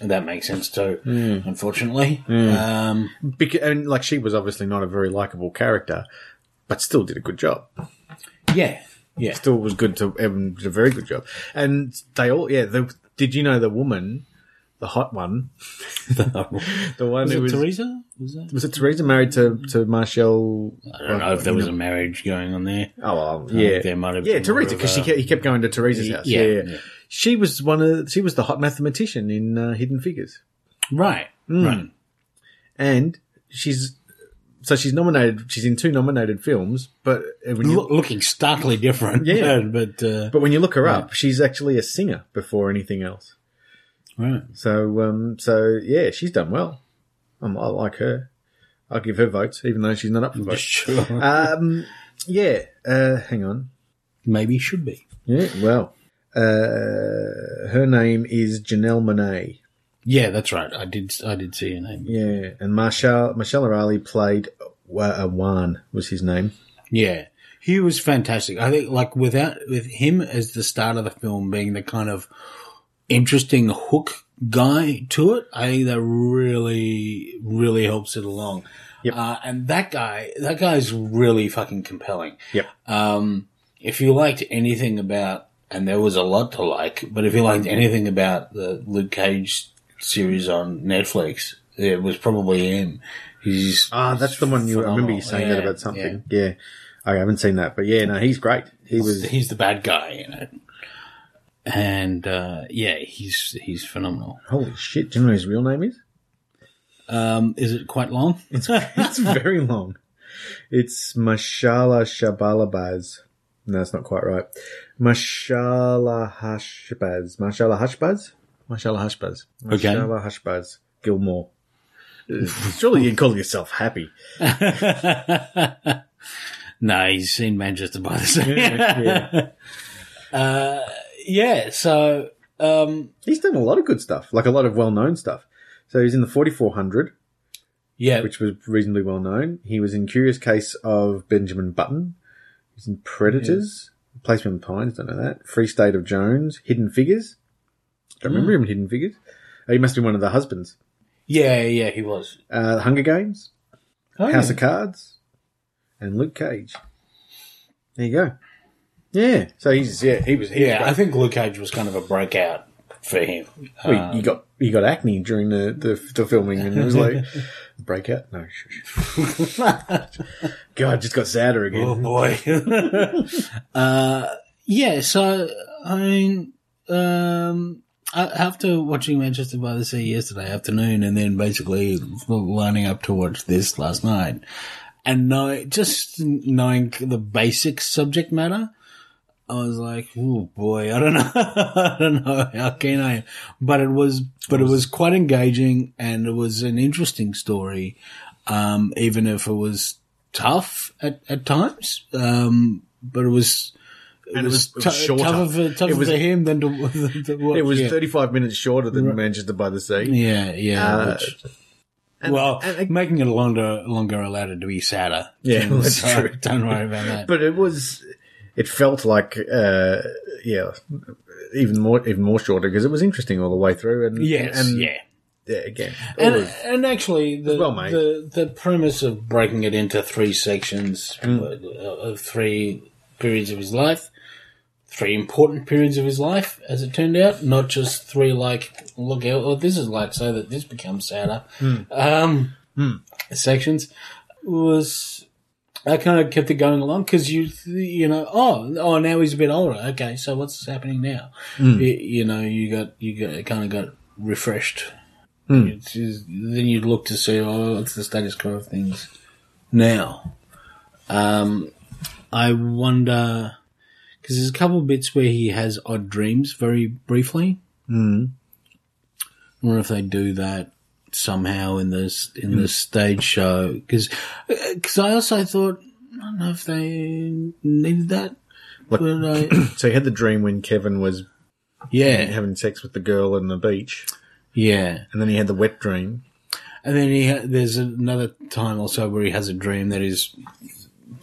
Speaker 2: That makes sense too.
Speaker 1: Hmm.
Speaker 2: Unfortunately, um,
Speaker 1: Because, and like she was obviously not a very likable character, but still did a good job.
Speaker 2: yeah,
Speaker 1: [laughs]
Speaker 2: yeah.
Speaker 1: Still was good to um, did a very good job. And they all yeah. The, did you know the woman, the hot one, the one
Speaker 2: Was
Speaker 1: who
Speaker 2: it
Speaker 1: was.
Speaker 2: Teresa? Was that?
Speaker 1: was it Teresa married to, to Marshall?
Speaker 2: I don't know if there was a marriage going on there.
Speaker 1: Oh, well, yeah,
Speaker 2: there might have
Speaker 1: yeah,
Speaker 2: been
Speaker 1: Teresa
Speaker 2: more of
Speaker 1: because she
Speaker 2: a-
Speaker 1: kept, he kept going to Teresa's house.
Speaker 2: Yeah,
Speaker 1: Yeah, yeah.
Speaker 2: yeah.
Speaker 1: she was one of she was the hot mathematician in uh, Hidden Figures,
Speaker 2: Right. Right.
Speaker 1: and she's so she's nominated. She's in two nominated films, but uh, when you
Speaker 2: Lo- looking starkly different.
Speaker 1: Yeah.
Speaker 2: But, uh,
Speaker 1: but when you look her up, she's actually a singer before anything else. [laughs]
Speaker 2: right.
Speaker 1: So um, so yeah, she's done well. Um, I like her. I'll give her votes, even though she's not up for votes.
Speaker 2: Sure.
Speaker 1: Um, yeah. Uh, hang on.
Speaker 2: Maybe should be.
Speaker 1: Yeah, well, uh, her name is Janelle Monet.
Speaker 2: Yeah, that's right. I did. I did see your name.
Speaker 1: Yeah, and Marshall Marshall O'Reilly played Wa- uh, Juan was his name.
Speaker 2: Yeah, he was fantastic. I think, like, without with him as the start of the film being the kind of interesting hook guy to it, I think that really, really helps it along.
Speaker 1: Yep.
Speaker 2: Uh, and that guy, that guy's really fucking compelling.
Speaker 1: Yep.
Speaker 2: Um, if you liked anything about, and there was a lot to like, but if you liked anything about the Luke Cage series on Netflix, it was probably him. He's
Speaker 1: Ah, that's the one you I remember you saying that
Speaker 2: Yeah,
Speaker 1: about something. Yeah. I haven't seen that, but yeah, no, he's great. He was
Speaker 2: he's the bad guy in it. And uh, yeah, he's he's phenomenal.
Speaker 1: holy shit. Do you know what his real name is?
Speaker 2: Um, is it quite long? [laughs]
Speaker 1: [laughs] It's very long. It's Mashala Shabalabaz. No, that's not quite right. Mashala Hashbaz. Mashala Hashbaz. Mashala Hashbaz.
Speaker 2: Okay.
Speaker 1: Mashala Hashbaz. Gilmore. Uh, Surely you'd call yourself happy.
Speaker 2: no, he's seen Manchester by the Sea. Yeah, [laughs] so um,
Speaker 1: He's done a lot of good stuff, like a lot of well-known stuff. So he's in the 4400,
Speaker 2: yeah,
Speaker 1: which was reasonably well known. He was in Curious Case of Benjamin Button. He's in Predators, Placement Pines, don't know that. Free State of Jones, Hidden Figures. Don't remember
Speaker 2: Hmm.
Speaker 1: him in Hidden Figures. Oh, he must be one of the husbands.
Speaker 2: yeah, yeah, he was.
Speaker 1: Uh, Hunger Games,
Speaker 2: Oh,
Speaker 1: House
Speaker 2: yeah.
Speaker 1: of Cards, and Luke Cage. There you go. Yeah. So he's yeah he was he was
Speaker 2: Yeah, uh,
Speaker 1: great.
Speaker 2: I think Luke Cage was kind of a breakout for him.
Speaker 1: Well, you got you got acne during the, the, the filming, and it was
Speaker 2: [laughs]
Speaker 1: like breakout. No, shush. [laughs] God, just got sadder
Speaker 2: Oh,
Speaker 1: again.
Speaker 2: boy. [laughs] uh, yeah, so I mean, um, I- after watching Manchester by the Sea yesterday afternoon, and then basically lining up to watch this last night, and know just knowing the basic subject matter. I was like, oh boy, I don't [laughs] know, I don't know how keen I am, but it was, but it was quite engaging and it was an interesting story. Um, even if it was tough at, at times, um, but it was, it
Speaker 1: And it
Speaker 2: was,
Speaker 1: was- it was
Speaker 2: tou-
Speaker 1: shorter.
Speaker 2: tougher for, tougher
Speaker 1: It was-
Speaker 2: for him than to, [laughs] than to watch.
Speaker 1: It was
Speaker 2: yeah.
Speaker 1: 35 minutes shorter than Manchester by the Sea.
Speaker 2: yeah, yeah.
Speaker 1: Uh,
Speaker 2: which- well,
Speaker 1: and I-
Speaker 2: making it longer, longer allowed it to be sadder.
Speaker 1: Yeah, that's
Speaker 2: [laughs] So
Speaker 1: true.
Speaker 2: Don't worry about that.
Speaker 1: But it was, it felt like, uh, yeah, even more even more shorter because it was interesting all the way through. And
Speaker 2: yes,
Speaker 1: and,
Speaker 2: yeah.
Speaker 1: yeah, again, all
Speaker 2: and,
Speaker 1: the-
Speaker 2: and actually, the,
Speaker 1: well made.
Speaker 2: the the premise of breaking it into three sections uh, of three periods of his life, three important periods of his life, as it turned out, not just three like look out, oh, this is like so that this becomes sadder um, sections was. I kind of kept it going along because you, you know, oh, oh, now he's a bit older. Okay, so what's happening now? Y- you know, you got, you got, kind of got refreshed it's just- then you'd look to see, oh, what's the status quo of things now? Um, I wonder because there's a couple of bits where he has odd dreams very briefly. Mm. I wonder if they do that somehow in this in the stage show because I also thought I don't know if they needed that.
Speaker 1: Like- [coughs]
Speaker 2: but I,
Speaker 1: so he had the dream when Kevin was
Speaker 2: yeah,
Speaker 1: having sex with the girl on the beach,
Speaker 2: yeah.
Speaker 1: and then he had the wet dream.
Speaker 2: And then he ha- there's another time also where he has a dream that his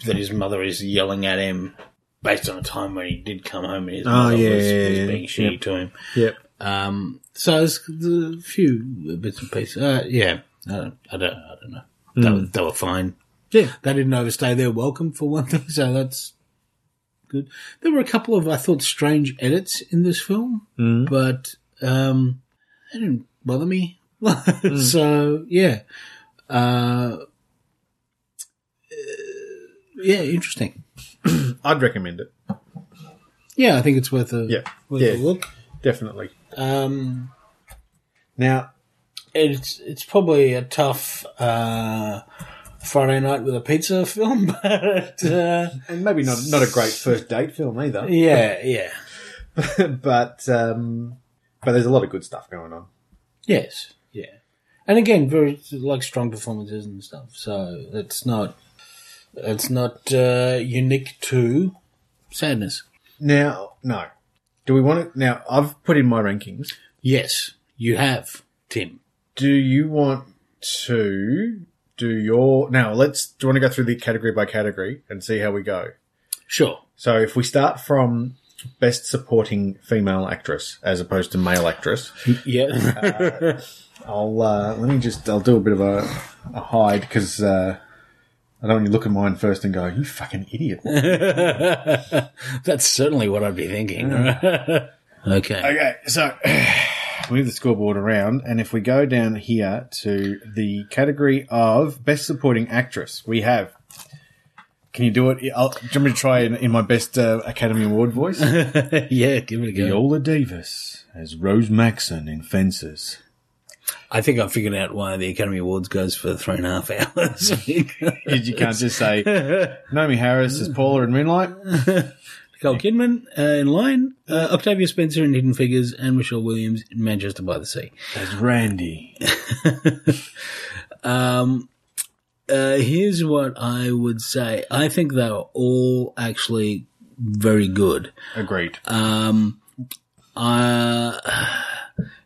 Speaker 2: that his mother is yelling at him based on a time when he did come home and his mother
Speaker 1: Oh, yeah,
Speaker 2: was,
Speaker 1: yeah,
Speaker 2: was
Speaker 1: yeah.
Speaker 2: being shitty to him.
Speaker 1: Yep.
Speaker 2: Um, so there's a few bits and pieces. Uh, yeah, I don't, I don't, I don't know. They,
Speaker 1: Hmm.
Speaker 2: were, they were fine.
Speaker 1: Yeah.
Speaker 2: They didn't overstay their welcome for one thing, [laughs] so that's good. There were a couple of I thought strange edits in this film,
Speaker 1: Mm.
Speaker 2: but um, they didn't bother me. [laughs]
Speaker 1: Mm.
Speaker 2: So yeah, uh, uh, yeah, interesting.
Speaker 1: I'd recommend it.
Speaker 2: Yeah, I think it's worth a
Speaker 1: Yeah.
Speaker 2: worth
Speaker 1: Yeah.
Speaker 2: a look.
Speaker 1: Definitely.
Speaker 2: Um,
Speaker 1: Now,
Speaker 2: it's it's probably a tough uh, Friday night with a pizza [laughs] film, but uh,
Speaker 1: and maybe not not a great first date film either.
Speaker 2: yeah, yeah,
Speaker 1: [laughs] but um, but there's a lot of good stuff going on.
Speaker 2: yes, yeah, and again, very like strong performances and stuff. So it's not it's not uh, unique to sadness.
Speaker 1: Now, no, do we want to? Now, I've put in my rankings.
Speaker 2: Yes, you have Tim.
Speaker 1: Do you want to do your now? Let's. Do you want to go through the category by category and see how we go?
Speaker 2: Sure.
Speaker 1: So, if we start from best supporting female actress as opposed to male actress,
Speaker 2: Yeah.
Speaker 1: I'll uh, let me just. I'll do a bit of a, a hide because. Uh, I don't want you to look at mine first and go, you fucking idiot.
Speaker 2: [laughs] That's certainly what I'd be thinking. [laughs] okay.
Speaker 1: Okay, so [sighs] move the scoreboard around, and if we go down here to the category of best supporting actress, we have. Can you do it? I'll, do you want me to try in, in my best uh, Academy Award [laughs] voice?
Speaker 2: [laughs] yeah, give it a go.
Speaker 1: Viola Davis as Rose Maxon in Fences.
Speaker 2: I think I figured out why the Academy Awards goes for three and a half hours. [laughs]
Speaker 1: You can't just say [laughs] Naomi Harris as Paula in Moonlight.
Speaker 2: Nicole Kidman uh, in Line, uh, Octavia Spencer in Hidden Figures, and Michelle Williams in Manchester by the Sea.
Speaker 1: As Randy.
Speaker 2: Um, uh, here's what I would say. I think they were all actually very good.
Speaker 1: Agreed.
Speaker 2: Um, uh,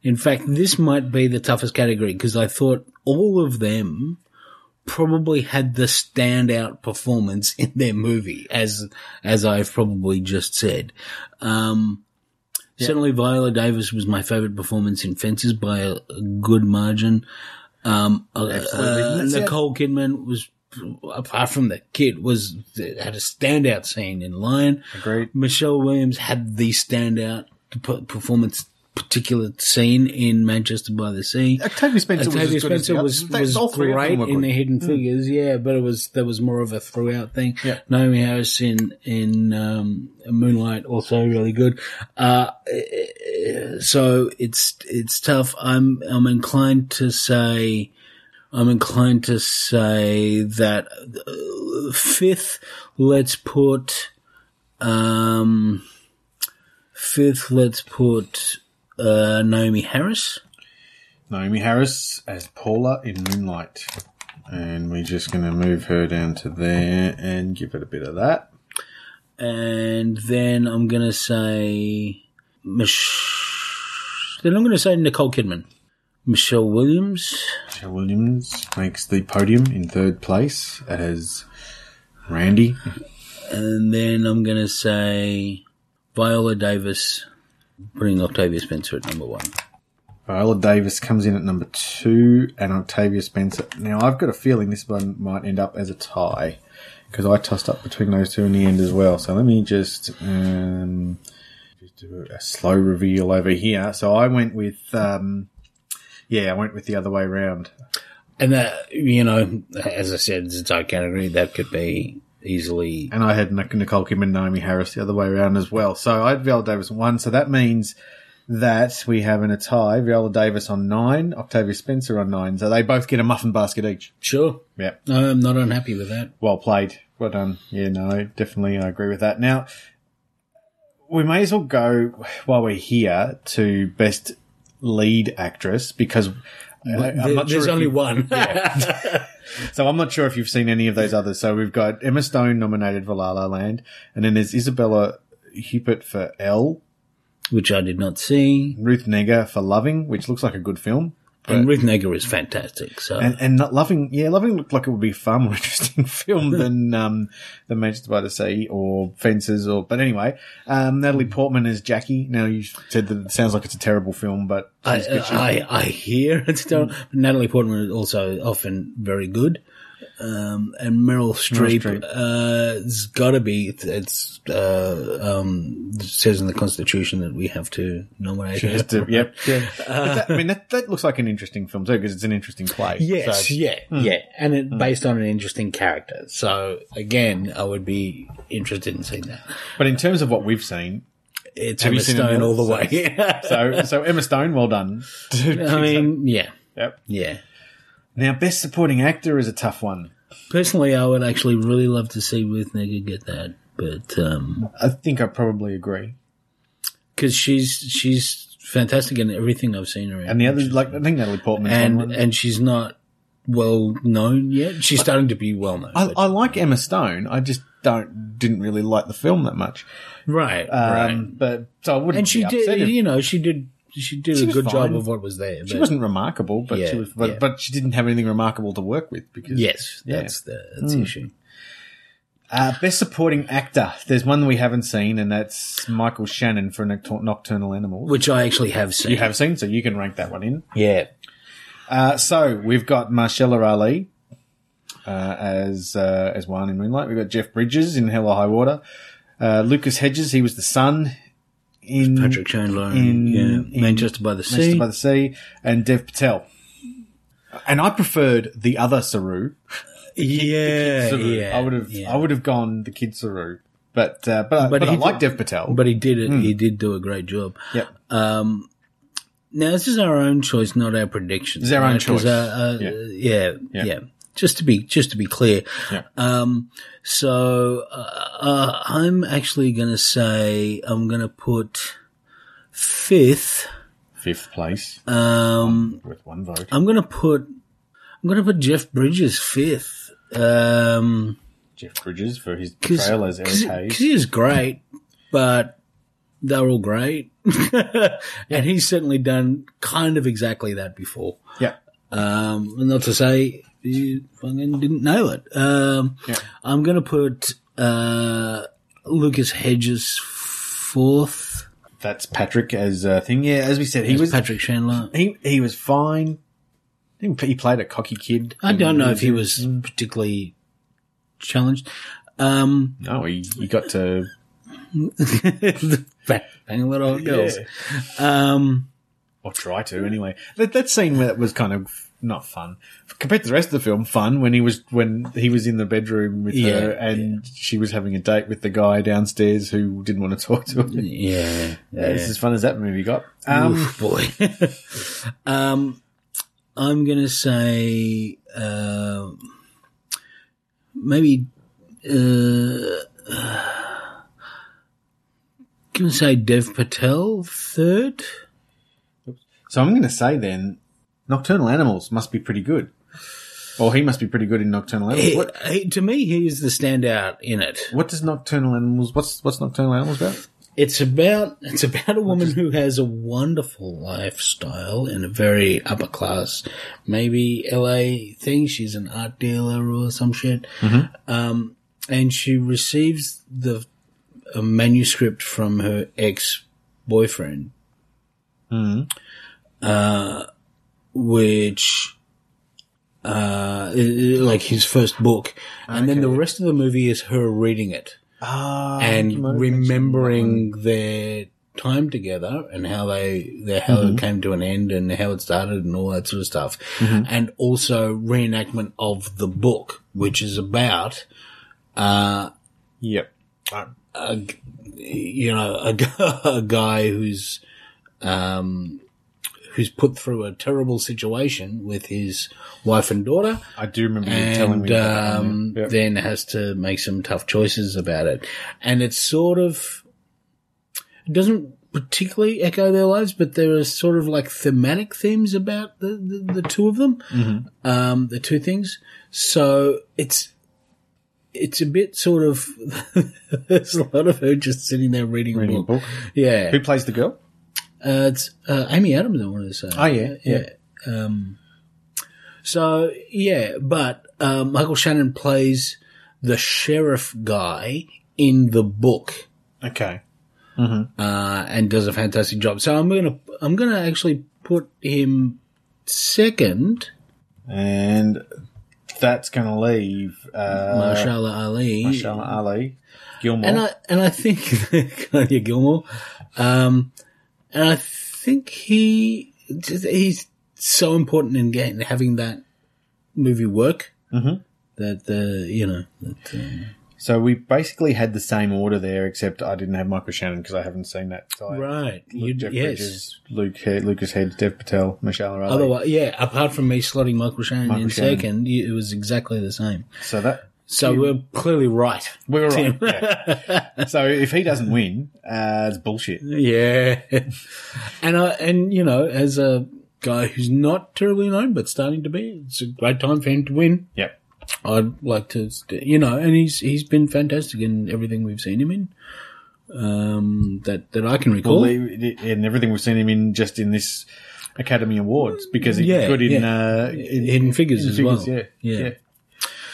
Speaker 2: in fact, this might be the toughest category because I thought all of them probably had the standout performance in their movie, as as I've probably just said. Um, Certainly, Viola Davis was my favorite performance in Fences by a, a good margin. Um, uh,
Speaker 1: Absolutely.
Speaker 2: uh,
Speaker 1: That's it.
Speaker 2: Nicole Kidman was, apart from the kid, was had a standout scene in Lion.
Speaker 1: Agreed.
Speaker 2: Michelle Williams had the standout p- performance particular scene in Manchester by the Sea.
Speaker 1: Octavia Spencer was
Speaker 2: Octavia
Speaker 1: as good as the
Speaker 2: Spencer
Speaker 1: others.
Speaker 2: was,
Speaker 1: In fact,
Speaker 2: was
Speaker 1: all three of them
Speaker 2: great
Speaker 1: were
Speaker 2: in
Speaker 1: good. Hmm.
Speaker 2: the Hidden Figures, yeah, but it was there was more of a throughout thing.
Speaker 1: Yeah.
Speaker 2: Naomi Harris in in um, Moonlight also really good. Uh, eh, so it's it's tough. I'm I'm inclined to say. I'm inclined to say that uh, fifth. Let's put um, fifth. Let's put uh, Naomi Harris.
Speaker 1: Naomi Harris as Paula in Moonlight. And we're just going to move her down to there and give it a bit of that.
Speaker 2: and then I'm gonna say Mich- then I'm gonna say Nicole Kidman, Michelle Williams.
Speaker 1: Michelle Williams makes the podium in third place as Randy.
Speaker 2: And then I'm going to say Viola Davis, putting Octavia Spencer at number one.
Speaker 1: Viola Davis comes in at number two and Octavia Spencer. Now, I've got a feeling this one might end up as a tie because I tossed up between those two in the end as well. So let me just, um, just do a slow reveal over here. So I went with, um, yeah, I went with the other way around.
Speaker 2: And that, you know, as I said, it's a tight category. That could be easily.
Speaker 1: and I had Nic- Nicole Kidman and Naomi Harris the other way around as well. So I had Viola Davis on one. So that means that we have in a tie Viola Davis on nine, Octavia Spencer on nine. So they both get a muffin basket each.
Speaker 2: Sure.
Speaker 1: Yeah,
Speaker 2: No, I'm not unhappy with that.
Speaker 1: well played, well done. Yeah, no, definitely, I agree with that. Now we may as well go while we're here to best lead actress because. I- I'm
Speaker 2: There-
Speaker 1: not sure
Speaker 2: There's
Speaker 1: if
Speaker 2: only
Speaker 1: you-
Speaker 2: one. [laughs]
Speaker 1: so I'm not sure if you've seen any of those others. So we've got Emma Stone nominated for La La Land, and then there's Isabella Huppert for Elle,
Speaker 2: Which I did not see.
Speaker 1: Ruth Negga for Loving, which looks like a good film.
Speaker 2: And Ruth Negger is fantastic. So.
Speaker 1: And, and not Loving, yeah, Loving looked like it would be a far more [laughs] interesting
Speaker 2: [laughs]
Speaker 1: film than um, than Manchester by the Sea or Fences or. But anyway, um, Natalie Portman as Jackie. Now you said that it sounds like it's a terrible film, but
Speaker 2: I, uh,
Speaker 1: she's good. She- [laughs]
Speaker 2: I, I hear
Speaker 1: Mm.
Speaker 2: it's terrible. Natalie Portman is also often very good. Um, and Meryl Streep,
Speaker 1: Streep.
Speaker 2: uh, has gotta be, it's, it's, uh, um, it says in the Constitution that we have to nominate
Speaker 1: she
Speaker 2: her.
Speaker 1: has to, yep.
Speaker 2: [laughs]
Speaker 1: Yeah. But that- I mean, that, that looks like an interesting film too because it's an interesting play.
Speaker 2: Yes,
Speaker 1: So-
Speaker 2: yeah, yeah. And it,
Speaker 1: Hmm.
Speaker 2: based on an interesting character. So again, I would be interested in seeing that.
Speaker 1: but in terms of what we've seen,
Speaker 2: It's
Speaker 1: Have
Speaker 2: Emma
Speaker 1: you seen
Speaker 2: Stone
Speaker 1: anything
Speaker 2: all the [laughs]
Speaker 1: else?
Speaker 2: way.
Speaker 1: So, so Emma Stone, well done.
Speaker 2: [laughs] I mean, yeah,
Speaker 1: Yep.
Speaker 2: yeah.
Speaker 1: Now, best supporting actor is a tough one.
Speaker 2: Personally, I would actually really love to see Ruth Negger get that, but, um,
Speaker 1: I think I probably agree.
Speaker 2: because she's she's fantastic in everything I've seen her in,
Speaker 1: And the others, like I think Natalie Portman.
Speaker 2: and
Speaker 1: one.
Speaker 2: and she's not well known yet. She's starting to be well known,
Speaker 1: I,
Speaker 2: but-
Speaker 1: I like Emma Stone. I just don't didn't really like the film that much.
Speaker 2: right?
Speaker 1: Um,
Speaker 2: right.
Speaker 1: But so I wouldn't.
Speaker 2: And she
Speaker 1: be upset
Speaker 2: did,
Speaker 1: if-
Speaker 2: you know, she did she did
Speaker 1: She
Speaker 2: a
Speaker 1: was
Speaker 2: good job
Speaker 1: fine.
Speaker 2: of what was there.
Speaker 1: she
Speaker 2: but
Speaker 1: wasn't remarkable, but
Speaker 2: Yeah,
Speaker 1: she was. But,
Speaker 2: yeah.
Speaker 1: but she didn't have anything remarkable to work with because
Speaker 2: Yes,
Speaker 1: Yeah. Hmm.
Speaker 2: that's the that's the issue.
Speaker 1: Uh, best supporting actor. There's one that we haven't seen, and that's Michael Shannon for Noctur- Nocturnal Animals.
Speaker 2: Which I actually have seen.
Speaker 1: you have seen, so you can rank that one in.
Speaker 2: yeah.
Speaker 1: Uh, so we've got Marcella Ali uh, as uh, as one in Moonlight. We've got Jeff Bridges in Hell or High Water. Uh, Lucas Hedges, he was the son in
Speaker 2: Patrick Chandler
Speaker 1: Hmm. In-
Speaker 2: in, yeah,
Speaker 1: in
Speaker 2: Manchester by the
Speaker 1: Manchester
Speaker 2: Sea.
Speaker 1: by the Sea, and Dev Patel. And I preferred the other Saru.
Speaker 2: yeah,
Speaker 1: Saru.
Speaker 2: yeah,
Speaker 1: I would have
Speaker 2: yeah.
Speaker 1: I would have gone the kid Saru, but uh, but, but,
Speaker 2: But
Speaker 1: I
Speaker 2: he
Speaker 1: like
Speaker 2: did-
Speaker 1: Dev Patel.
Speaker 2: But he did
Speaker 1: Hmm.
Speaker 2: it. He did do a great job.
Speaker 1: Yep.
Speaker 2: Um, now this is our own choice, not our prediction.
Speaker 1: It's our own choice.
Speaker 2: Uh, uh,
Speaker 1: Yeah.
Speaker 2: yeah. Yeah,
Speaker 1: Yeah.
Speaker 2: Just to be just to be clear.
Speaker 1: Yeah.
Speaker 2: Um, so uh, uh, I'm actually going to say I'm going to put fifth.
Speaker 1: Fifth place
Speaker 2: Um,
Speaker 1: with one vote.
Speaker 2: I'm going to put I'm going to put Jeff Bridges fifth. Um,
Speaker 1: Jeff Bridges for his
Speaker 2: because
Speaker 1: portrayal as Eric Hayes.
Speaker 2: he is great, but they're all great, [laughs] and he's certainly done kind of exactly that before.
Speaker 1: Yeah.
Speaker 2: Um, not to say you fucking didn't know it. Um,
Speaker 1: Yeah.
Speaker 2: I'm going to put uh, Lucas Hedges fourth.
Speaker 1: That's Patrick as a thing. Yeah, as we said, he
Speaker 2: He
Speaker 1: was
Speaker 2: Patrick Chandler.
Speaker 1: He he was fine. He he played a cocky kid.
Speaker 2: I don't know if he was particularly challenged. Um,
Speaker 1: No, he, he got to
Speaker 2: Bang, bang little girls. Um,
Speaker 1: or try to anyway. That that scene where that was kind of not fun compared to the rest of the film. Fun when he was when he was in the bedroom with
Speaker 2: Yeah,
Speaker 1: her and she was having a date with the guy downstairs who didn't want to talk to her.
Speaker 2: yeah,
Speaker 1: Yeah, It's as fun as that movie got.
Speaker 2: Um,
Speaker 1: Um,
Speaker 2: boy. [laughs] um, I'm going to say uh, maybe. Uh, going to say Dev Patel third.
Speaker 1: so I'm going to say then, Nocturnal Animals must be pretty good, or he must be pretty good in Nocturnal Animals. What,
Speaker 2: He- he- to me, he is the standout in it.
Speaker 1: what does Nocturnal Animals? What's what's Nocturnal Animals about?
Speaker 2: It's about it's about a woman who has a wonderful lifestyle and a very upper class, maybe LA thing. She's an art dealer or some shit, um, and she receives the a manuscript from her ex boyfriend, uh, which uh, i- i- like his first book, and then the rest of the movie is her reading it
Speaker 1: Ah, you might
Speaker 2: and
Speaker 1: have mentioned
Speaker 2: remembering their time together and how they, their, how it came to an end and how it started and all that sort of stuff. And also reenactment of the book, which is about, uh,
Speaker 1: that one. Yep.
Speaker 2: a g you know, a, g- [laughs] a guy who's, um, who's put through a terrible situation with his wife and daughter
Speaker 1: I do remember you telling
Speaker 2: and
Speaker 1: me about that one,
Speaker 2: um,
Speaker 1: yeah. Yep.
Speaker 2: then has to make some tough choices about it. And it's sort of it doesn't particularly echo their lives, but there are sort of like thematic themes about the the, the two of them,
Speaker 1: Mm-hmm.
Speaker 2: um, the two things. So it's it's a bit sort of [laughs] there's a lot of her just sitting there reading,
Speaker 1: Reading
Speaker 2: a
Speaker 1: a
Speaker 2: book.
Speaker 1: book.
Speaker 2: Yeah,
Speaker 1: Who plays the girl?
Speaker 2: uh, it's uh, Amy Adams. I wanted to say.
Speaker 1: Oh, yeah, yeah.
Speaker 2: Um, so yeah, but uh, Michael Shannon plays the sheriff guy in the book
Speaker 1: Okay.
Speaker 2: uh, and does a fantastic job. So I'm gonna I'm gonna actually put him second,
Speaker 1: And that's going to leave uh,
Speaker 2: Marshala Ali.
Speaker 1: Mahershala Ali, Gilmore.
Speaker 2: and I and I think [laughs] Kanye Gilmore, um, and I think he just, he's so important in getting having that movie work that the you know that, um,
Speaker 1: so we basically had the same order there, except I didn't have Michael Shannon because I haven't seen that. So I-
Speaker 2: right
Speaker 1: Luke,
Speaker 2: you,
Speaker 1: Jeff
Speaker 2: yes.
Speaker 1: Bridges, Luke, He- Lucas Head, Dev Patel, Mahershala Ali.
Speaker 2: Otherwise, yeah. Apart from me slotting Michael Shannon
Speaker 1: Michael
Speaker 2: in
Speaker 1: Shannon.
Speaker 2: second, you, it was exactly the same.
Speaker 1: so that
Speaker 2: So we're
Speaker 1: [laughs]
Speaker 2: clearly right.
Speaker 1: we were right.
Speaker 2: [laughs]
Speaker 1: yeah. So if he doesn't win, uh, it's bullshit.
Speaker 2: Yeah, and I and you know as a guy who's not terribly known but starting to be, it's a great time for him to win.
Speaker 1: Yep.
Speaker 2: I'd like to, st- you know, and he's he's been fantastic in everything we've seen him in. Um, that that I can recall.
Speaker 1: Well, he- he- and everything we've seen him in just in this Academy Awards because he's
Speaker 2: Yeah,
Speaker 1: good in,
Speaker 2: yeah.
Speaker 1: uh, in
Speaker 2: Hidden Figures
Speaker 1: in
Speaker 2: as
Speaker 1: figures,
Speaker 2: well.
Speaker 1: Yeah,
Speaker 2: Yeah.
Speaker 1: yeah.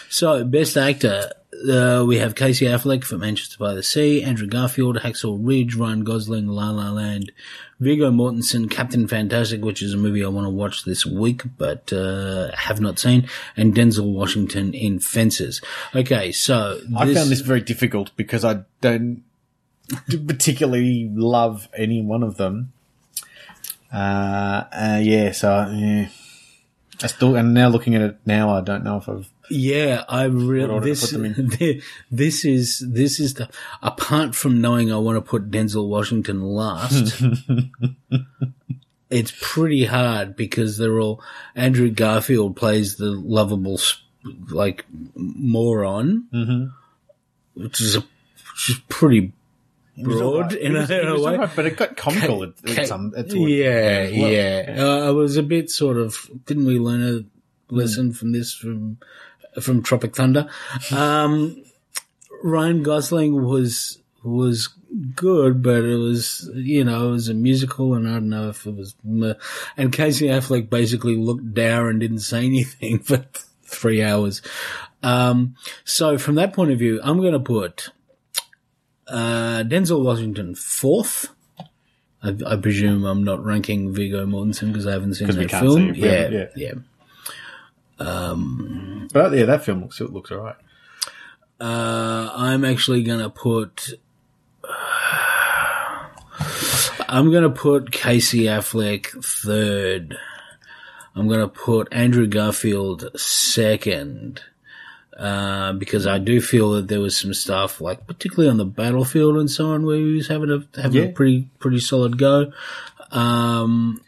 Speaker 2: So, best actor, uh, we have Casey Affleck for Manchester by the Sea, Andrew Garfield, Hacksaw Ridge, Ryan Gosling, La La Land, Viggo Mortensen, Captain Fantastic, which is a movie I want to watch this week but uh, have not seen, and Denzel Washington in Fences. Okay, so
Speaker 1: I found this very difficult because I don't particularly love any one of them. Uh, uh yeah, so yeah. I still, and now looking at it now, I don't know if I've.
Speaker 2: Yeah, I really
Speaker 1: order to
Speaker 2: this
Speaker 1: put them
Speaker 2: [laughs] this is this is the apart from knowing I want to put Denzel
Speaker 1: [laughs]
Speaker 2: Washington last. it's pretty hard because they're all Andrew Garfield plays the lovable sp- like moron,
Speaker 1: Mm-hmm.
Speaker 2: which is a which is pretty broad in a, [laughs] in
Speaker 1: It
Speaker 2: a
Speaker 1: was
Speaker 2: way.
Speaker 1: alright, but it got comical at, at
Speaker 2: Ca-
Speaker 1: some. At some-
Speaker 2: yeah,
Speaker 1: as well.
Speaker 2: yeah. Uh, I was a bit sort of. Didn't we learn a lesson from this from from Tropic Thunder? Um, Ryan Gosling was was good, but it was you know it was a musical, and I don't know if it was. meh. And Casey Affleck basically looked down and didn't say [laughs] anything for th- three hours. Um, so from that point of view, I'm going to put uh, Denzel Washington fourth. I, I presume I'm not ranking Vigo Mortensen because I haven't seen
Speaker 1: 'Cause
Speaker 2: that
Speaker 1: we can't see
Speaker 2: film.
Speaker 1: it. We
Speaker 2: yeah,
Speaker 1: haven't-
Speaker 2: yeah,
Speaker 1: But yeah, that film looks it looks alright.
Speaker 2: Uh, I'm actually going to put. I'm going to put Casey Affleck third. I'm going to put Andrew Garfield second. Uh, because I do feel that there was some stuff, like particularly on the battlefield and so on, where he was having a having
Speaker 1: Yeah.
Speaker 2: a pretty pretty solid go. Um,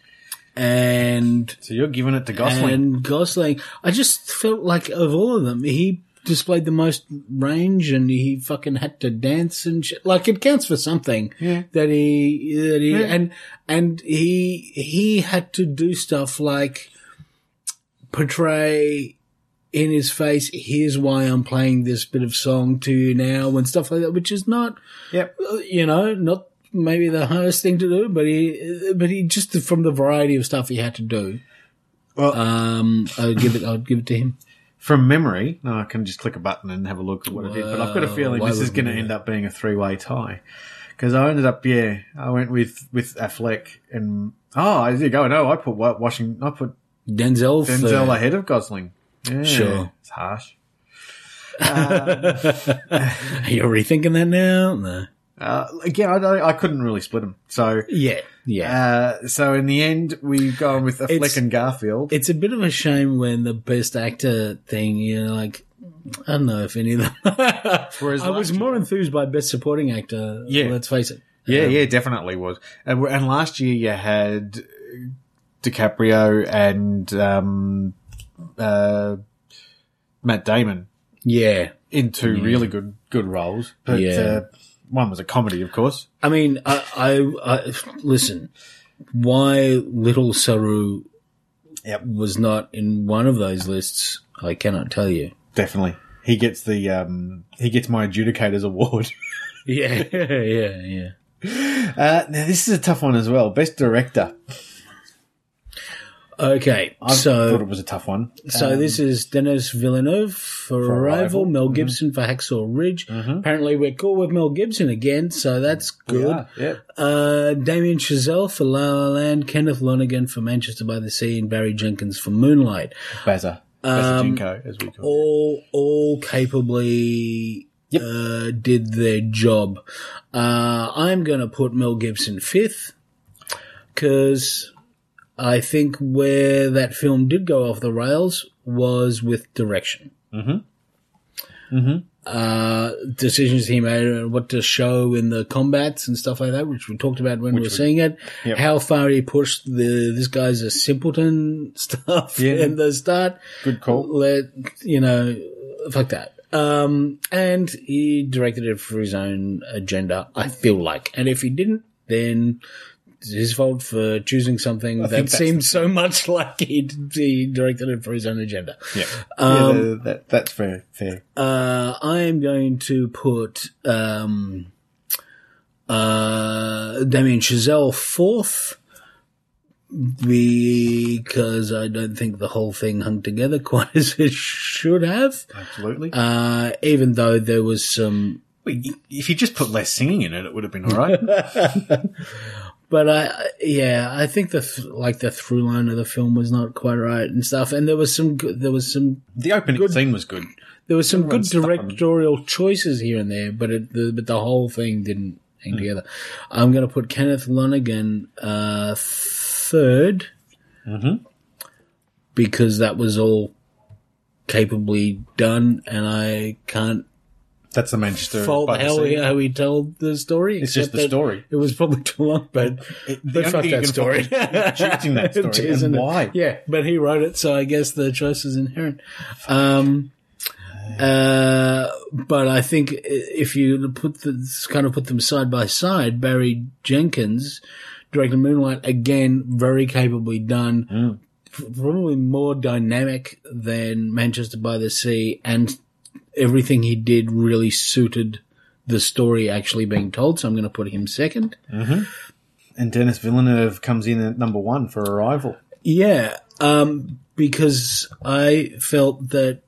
Speaker 2: and
Speaker 1: So you're giving it to
Speaker 2: and Gosling. I just felt like of all of them, he displayed the most range, and he fucking had to dance and shit. Like it counts for something
Speaker 1: Yeah.
Speaker 2: that he that he and and he he had to do stuff like portray in his face. Here's why I'm playing this bit of song to you now, and stuff like that, which is not
Speaker 1: Yep.
Speaker 2: you know, not maybe the hardest thing to do, but he, but he just from the variety of stuff he had to do.
Speaker 1: Well-
Speaker 2: um, I'd give it, I'd give it to him.
Speaker 1: From memory, now I can just click a button and have a look at what I did. But I've got a
Speaker 2: Wow,
Speaker 1: feeling
Speaker 2: why
Speaker 1: this is
Speaker 2: wouldn't
Speaker 1: going to
Speaker 2: we?
Speaker 1: end up being a three-way tie because I ended up yeah I went with with Affleck and oh there you go no I put Wa- Washington I put
Speaker 2: Denzel,
Speaker 1: Denzel
Speaker 2: third.
Speaker 1: ahead of Gosling. Yeah,
Speaker 2: Sure.
Speaker 1: it's harsh.
Speaker 2: [laughs] Are you rethinking that now? No.
Speaker 1: Uh, again, I, don't- I couldn't really split them. So,
Speaker 2: Yeah, yeah.
Speaker 1: uh, so in the end, we've gone with Affleck
Speaker 2: It's-
Speaker 1: and Garfield.
Speaker 2: it's a bit of a shame when the best actor thing, you know, like. I don't know if any of them. I was
Speaker 1: last
Speaker 2: more enthused by Best Supporting Actor.
Speaker 1: Yeah.
Speaker 2: let's face it.
Speaker 1: Yeah,
Speaker 2: Um,
Speaker 1: yeah, definitely was. And, w- and last year you had uh, DiCaprio and um, uh, Matt Damon
Speaker 2: yeah.
Speaker 1: in two really good good roles. But
Speaker 2: Yeah.
Speaker 1: uh, one was a comedy, of course.
Speaker 2: I mean, I, I, I listen. Why Little Saru
Speaker 1: Yep.
Speaker 2: was not in one of those lists, I cannot tell you.
Speaker 1: Definitely, he gets the um, he gets my adjudicators award.
Speaker 2: [laughs]
Speaker 1: [laughs]
Speaker 2: Yeah, yeah, yeah.
Speaker 1: Uh, now this is a tough one as well. Best director.
Speaker 2: Okay,
Speaker 1: I thought
Speaker 2: so
Speaker 1: it was a tough one.
Speaker 2: so
Speaker 1: Um,
Speaker 2: this is Dennis Villeneuve for,
Speaker 1: for
Speaker 2: Arrival,
Speaker 1: Arrival,
Speaker 2: Mel Gibson for Hacksaw Ridge. Apparently, we're cool with Mel Gibson again, so that's good.
Speaker 1: Yeah, yeah.
Speaker 2: Uh, Damien Chazelle for La La Land, Kenneth Lonergan for Manchester by the Sea, and Barry Jenkins for Moonlight.
Speaker 1: Bazza.
Speaker 2: Um,
Speaker 1: Bazzinko, as we call it.
Speaker 2: all all capably
Speaker 1: Yep.
Speaker 2: uh, did their job. Uh, I'm going to put Mel Gibson fifth because I think where that film did go off the rails was with direction. Mm-hmm. Mm-hmm. Uh, decisions he made and what to show in the combats and stuff like that, which we talked about when we were seeing it.
Speaker 1: Yep.
Speaker 2: How far he pushed the this guy's a simpleton [laughs] stuff
Speaker 1: Yeah.
Speaker 2: in the start
Speaker 1: Good call.
Speaker 2: let you know fuck that um and he directed it for his own agenda i feel like and if he didn't then it's his fault for choosing something
Speaker 1: think
Speaker 2: that
Speaker 1: that's
Speaker 2: seemed so [laughs] much like he, he directed it for his own agenda
Speaker 1: Yeah.
Speaker 2: Um,
Speaker 1: yeah, that, that's fair. Fair.
Speaker 2: uh, I am going to put um, uh, Damien Chazelle fourth because I don't think the whole thing hung together [laughs] quite as it should have.
Speaker 1: Absolutely.
Speaker 2: Uh, even though there was some,
Speaker 1: Wait, if you just put less singing in it, it would have been all
Speaker 2: [laughs]
Speaker 1: right.
Speaker 2: but I, I- yeah, I think the th- like the through line of the film was not quite right and stuff. And there was some, good, there was some
Speaker 1: the opening scene was good.
Speaker 2: there were some good
Speaker 1: Everyone's stuck on-
Speaker 2: directorial choices here and there, but it, the, but the whole thing didn't
Speaker 1: Hmm.
Speaker 2: hang together. I'm going to put Kenneth Lonergan uh, 3rd
Speaker 1: Mm-hmm.
Speaker 2: because that was all capably done, and I can't
Speaker 1: That's the Manchester.
Speaker 2: fault
Speaker 1: by the
Speaker 2: how he,
Speaker 1: Sea.
Speaker 2: how he told the story.
Speaker 1: It's just
Speaker 2: except
Speaker 1: the
Speaker 2: that
Speaker 1: story.
Speaker 2: It was probably [laughs] too long, but
Speaker 1: only
Speaker 2: but fuck
Speaker 1: thing you
Speaker 2: that
Speaker 1: can [laughs]
Speaker 2: story.
Speaker 1: fault
Speaker 2: [laughs]
Speaker 1: is choosing that story
Speaker 2: Cheers,
Speaker 1: and
Speaker 2: isn't it?
Speaker 1: why.
Speaker 2: Yeah, but he wrote it, so I guess the choice is inherent. Um, uh, but I think i- if you put the kind of put them side by side, Barry Jenkins directed Moonlight again, very capably done.
Speaker 1: Mm.
Speaker 2: F- Probably more dynamic than Manchester by the Sea, and everything he did really suited the story actually being told. So I'm going to put him second.
Speaker 1: And Dennis Villeneuve comes in at number one for Arrival.
Speaker 2: Yeah, um, because I felt that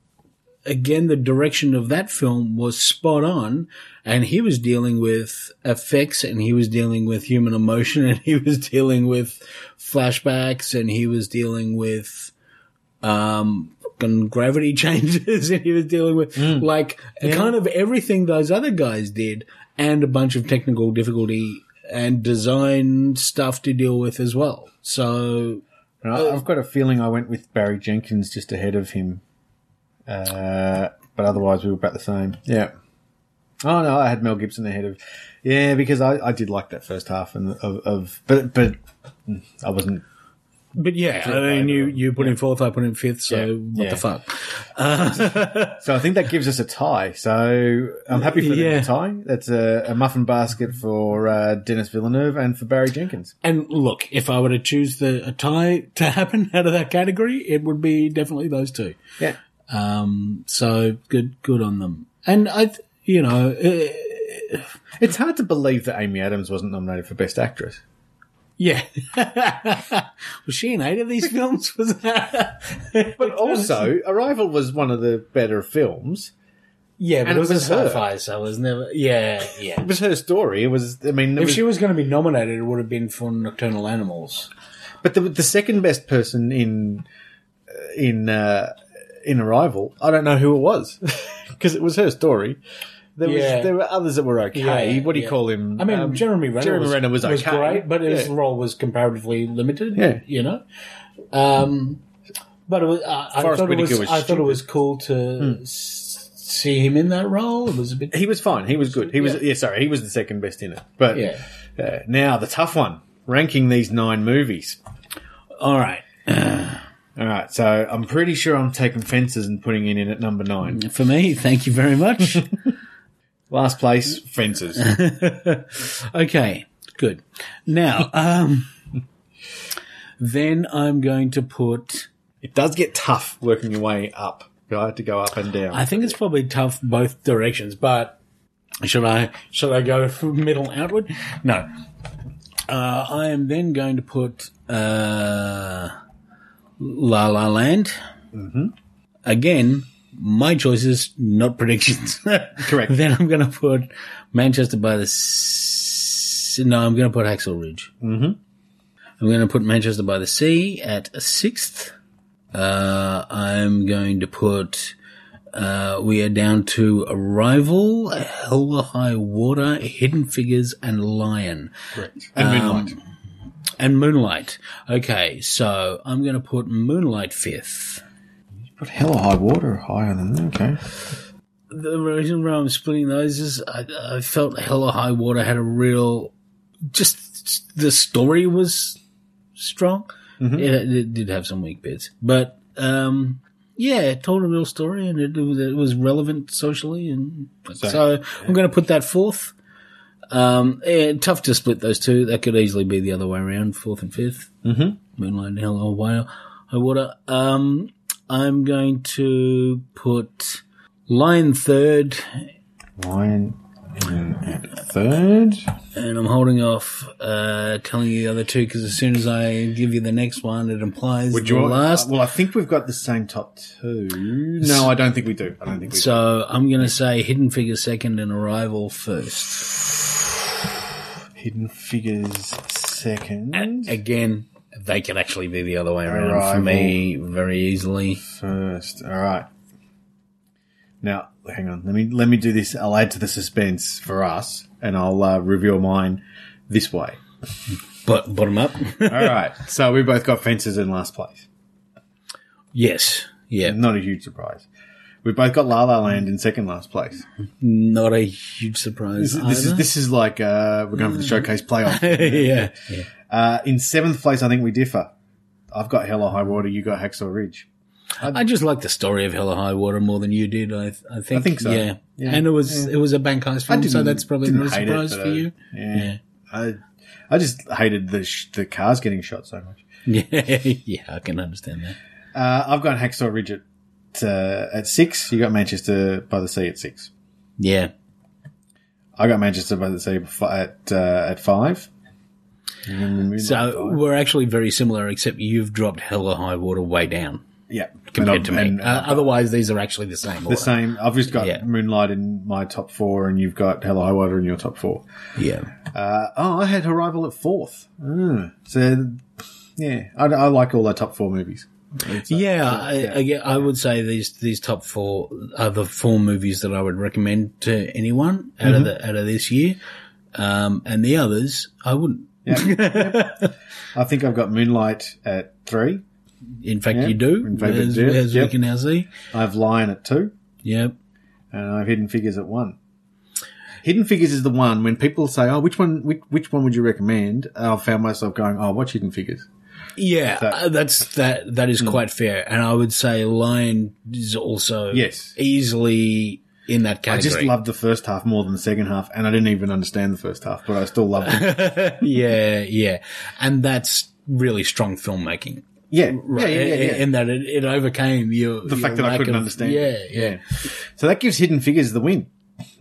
Speaker 2: again the direction of that film was spot on, and he was dealing with effects, and he was dealing with human emotion, [laughs] and he was dealing with flashbacks, and he was dealing with um, fucking gravity [laughs] changes, and he was dealing with like kind of everything those other guys did, and a bunch of technical difficulty and design stuff to deal with as well. So
Speaker 1: And I, I've got a feeling I went with Barry Jenkins just ahead of him. Uh, but otherwise, we were about the same. Yeah. Oh no, I had Mel Gibson ahead of. Yeah, because I, I did like that first half and of, of but but I wasn't.
Speaker 2: But yeah, I mean, you, you put in fourth, I put in fifth, so
Speaker 1: Yeah.
Speaker 2: what
Speaker 1: Yeah.
Speaker 2: the fuck?
Speaker 1: So I think that gives us a tie. So I'm happy for the
Speaker 2: Yeah.
Speaker 1: tie. That's a, a muffin basket for uh, Dennis Villeneuve and for Barry Jenkins.
Speaker 2: And look, if I were to choose the a tie to [laughs] happen out of that category, it would be definitely those two.
Speaker 1: Yeah.
Speaker 2: Um, so good, good on them. And I, th- you know, uh,
Speaker 1: It's hard to believe that Amy Adams wasn't nominated for Best Actress.
Speaker 2: yeah. [laughs] was she in eight of [laughs] these films? Was that? [laughs]
Speaker 1: But also, Arrival was one of the better films.
Speaker 2: yeah, but
Speaker 1: And
Speaker 2: it was,
Speaker 1: it was
Speaker 2: a
Speaker 1: her.
Speaker 2: sci-fi, so it was never. Yeah, yeah.
Speaker 1: It was her story. It was, I mean, it
Speaker 2: [laughs] if
Speaker 1: was,
Speaker 2: she was going to be nominated, it would have been for Nocturnal Animals.
Speaker 1: but the, the second best person in in uh, in Arrival, I don't know who it was [laughs] because it was her story. There
Speaker 2: Yeah.
Speaker 1: was there were others that were okay.
Speaker 2: Yeah,
Speaker 1: what do you
Speaker 2: yeah.
Speaker 1: call him?
Speaker 2: I mean,
Speaker 1: Um,
Speaker 2: Jeremy Renner,
Speaker 1: Jeremy
Speaker 2: was,
Speaker 1: Renner was
Speaker 2: was
Speaker 1: okay.
Speaker 2: great, but his
Speaker 1: Yeah.
Speaker 2: role was comparatively limited.
Speaker 1: Yeah.
Speaker 2: you know. Um, but it was, I, I
Speaker 1: Forrest
Speaker 2: thought it was, Hmm.
Speaker 1: Whitaker was
Speaker 2: I thought it was cool to s- see him in that role. It was a bit,
Speaker 1: He was fine. He was good. He was
Speaker 2: Yeah.
Speaker 1: yeah. Sorry, he was the second best in it. But
Speaker 2: yeah.
Speaker 1: uh, now the tough one: ranking these nine movies.
Speaker 2: All right,
Speaker 1: All right, so I'm pretty sure I'm taking Fences and putting it in at number nine.
Speaker 2: for me, thank you very [laughs] much.
Speaker 1: Last place, Fences. [laughs]
Speaker 2: okay, good. Now, um, then I'm going to put.
Speaker 1: it does get tough working your way up. You have to go up and down.
Speaker 2: I think it's probably tough both directions, but should I should I go from middle outward? No. Uh, I am then going to put uh, La La Land. Mm-hmm. Again, my choices, not predictions. [laughs]
Speaker 1: Correct.
Speaker 2: then I'm going to put Manchester by the. S- no, I'm going to put Axel Ridge. Mm-hmm. I'm going to put Manchester by the Sea at a sixth. Uh, I'm going to put. Uh, we are down to Arrival, Hell or High Water, Hidden Figures, and Lion. Um,
Speaker 1: Correct. And Moonlight.
Speaker 2: And Moonlight. Okay, so I'm going to put Moonlight fifth.
Speaker 1: But hell or high water are higher than that. Okay.
Speaker 2: The reason why I'm splitting those is I, I felt Hell or High Water had a real. Just the story was strong. Yeah, It, it did have some weak bits. But, um, yeah, it told a real story and it, was- it was relevant socially. And so, I'm going to put that fourth. Um, eh, tough to split those two. That could easily be the other way around, fourth and 5th Mm-hmm. Moonlight and Hell or Whale, High Water. Um, I'm going to put Lion third,
Speaker 1: Lion in at third.
Speaker 2: and I'm holding off uh, telling you the other two because as soon as I give you the next one, it implies the last.
Speaker 1: Well, I think we've got the same top two. No, I don't think we do. I don't think we do.
Speaker 2: so I'm going to say Hidden Figure second and Arrival first.
Speaker 1: Hidden Figures second.
Speaker 2: Again, they could actually be the other way around for
Speaker 1: Arrival.
Speaker 2: me very easily.
Speaker 1: First. All right. Now, hang on. Let me let me do this. I'll add to the suspense for us, and I'll uh, reveal mine this way.
Speaker 2: But
Speaker 1: [laughs]
Speaker 2: bottom up, [laughs]
Speaker 1: All right. So we both got fences in last place.
Speaker 2: yes, yeah,
Speaker 1: Not a huge surprise. We both got La La Land in second last place.
Speaker 2: not a huge surprise.
Speaker 1: This, this is
Speaker 2: either.
Speaker 1: this is like uh, we're going for the showcase playoff.
Speaker 2: [laughs] yeah.
Speaker 1: Uh, in seventh place, I think we differ. I've got Hella High Water. You got Hacksaw Ridge.
Speaker 2: I just like the story of Hella High Water more than you did. I, I
Speaker 1: I
Speaker 2: think.
Speaker 1: think so.
Speaker 2: Yeah.
Speaker 1: Yeah.
Speaker 2: And it was it was a bank heist film, so
Speaker 1: didn't-
Speaker 2: that's probably
Speaker 1: didn't
Speaker 2: no
Speaker 1: hate it,
Speaker 2: surprise
Speaker 1: but
Speaker 2: for
Speaker 1: I-
Speaker 2: you.
Speaker 1: Yeah. I, I just hated the sh- the cars getting shot so much.
Speaker 2: Yeah, [laughs] yeah, I can understand that.
Speaker 1: Uh, I've got Hacksaw Ridge at uh, at six. You got Manchester by the Sea at six.
Speaker 2: Yeah,
Speaker 1: I got Manchester by the Sea at fi- at, uh, at five. And then we moved
Speaker 2: so
Speaker 1: up five.
Speaker 2: we're actually very similar, except you've dropped Hella High Water way down
Speaker 1: yeah,
Speaker 2: compared
Speaker 1: And
Speaker 2: to
Speaker 1: I've-
Speaker 2: me.
Speaker 1: and-
Speaker 2: uh, otherwise, these are actually the same.
Speaker 1: the same. I've just got
Speaker 2: Yeah.
Speaker 1: Moonlight in my top four, and you've got Hello High Water in your top four.
Speaker 2: Yeah,
Speaker 1: Uh, oh, I had Arrival at fourth. Mm. So, yeah, I, I like all the top four movies.
Speaker 2: yeah. I, I, yeah, I would say these these top
Speaker 1: Mm-hmm.
Speaker 2: four are the four movies that I would recommend to anyone out of the, out of this year. Um, and the others, I wouldn't. [laughs]
Speaker 1: I think I've got Moonlight at three.
Speaker 2: In fact,
Speaker 1: Yeah,
Speaker 2: you do,
Speaker 1: in fact, I
Speaker 2: as,
Speaker 1: do,
Speaker 2: as
Speaker 1: yep.
Speaker 2: we can now see.
Speaker 1: I have Lion at two.
Speaker 2: Yep.
Speaker 1: and I have Hidden Figures at one. Hidden Figures is the one when people say, "Oh, which one? Which, which one would you recommend?" I've found myself going, "Oh, watch Hidden Figures."
Speaker 2: Yeah,
Speaker 1: That- Hmm.
Speaker 2: uh, that's that. That is quite fair, and I would say Lion is also
Speaker 1: Yes.
Speaker 2: easily in that
Speaker 1: I
Speaker 2: category.
Speaker 1: just
Speaker 2: [laughs]
Speaker 1: loved the first half more than the second half, and I didn't even understand the first half, but I still loved it.
Speaker 2: [laughs] yeah, yeah, and that's really strong filmmaking.
Speaker 1: Yeah, yeah, yeah, yeah, yeah.
Speaker 2: In that it, it overcame your
Speaker 1: The fact
Speaker 2: your
Speaker 1: that I
Speaker 2: lack
Speaker 1: couldn't
Speaker 2: of-
Speaker 1: understand.
Speaker 2: Yeah, yeah,
Speaker 1: So that gives Hidden Figures the win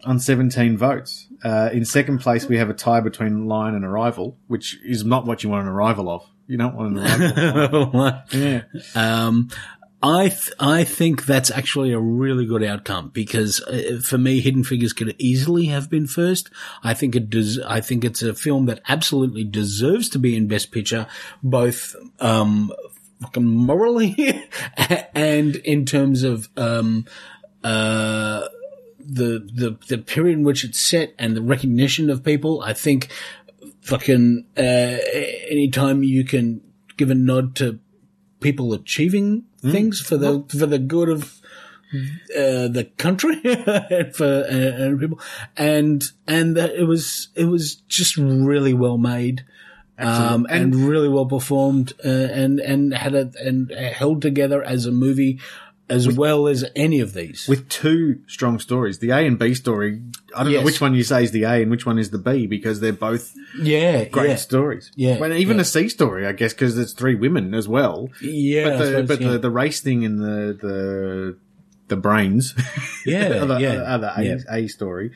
Speaker 1: on 17 votes. Uh, in second place, we have a tie between Lion and Arrival, which is not what you want an arrival of. You don't want an
Speaker 2: [laughs]
Speaker 1: arrival. yeah.
Speaker 2: Um, I th- I think that's actually a really good outcome because uh, for me, Hidden Figures could easily have been first. I think it des- I think it's a film that absolutely deserves to be in Best Picture, both um, fucking morally [laughs] and in terms of um, uh, the the the period in which it's set and the recognition of people. I think fucking uh, anytime you can give a nod to people achieving things for the for the good of uh, the country [laughs] and for uh, and people and and that it was it was just really well made um, and, really well performed uh, and and had a and held together as a movie as well as any of these
Speaker 1: with two strong stories. The A and B story. I don't know
Speaker 2: Yes.
Speaker 1: which one you say is the A and which one is the B because they're both
Speaker 2: yeah
Speaker 1: great
Speaker 2: yeah
Speaker 1: stories.
Speaker 2: Yeah,
Speaker 1: When even
Speaker 2: yeah.
Speaker 1: a C story, I guess, because there's three women as well.
Speaker 2: yeah
Speaker 1: but
Speaker 2: I
Speaker 1: the
Speaker 2: suppose,
Speaker 1: but
Speaker 2: yeah.
Speaker 1: the, the race thing and the the the brains. [laughs]
Speaker 2: Yeah,
Speaker 1: are the,
Speaker 2: yeah,
Speaker 1: are the A,
Speaker 2: yeah.
Speaker 1: A story,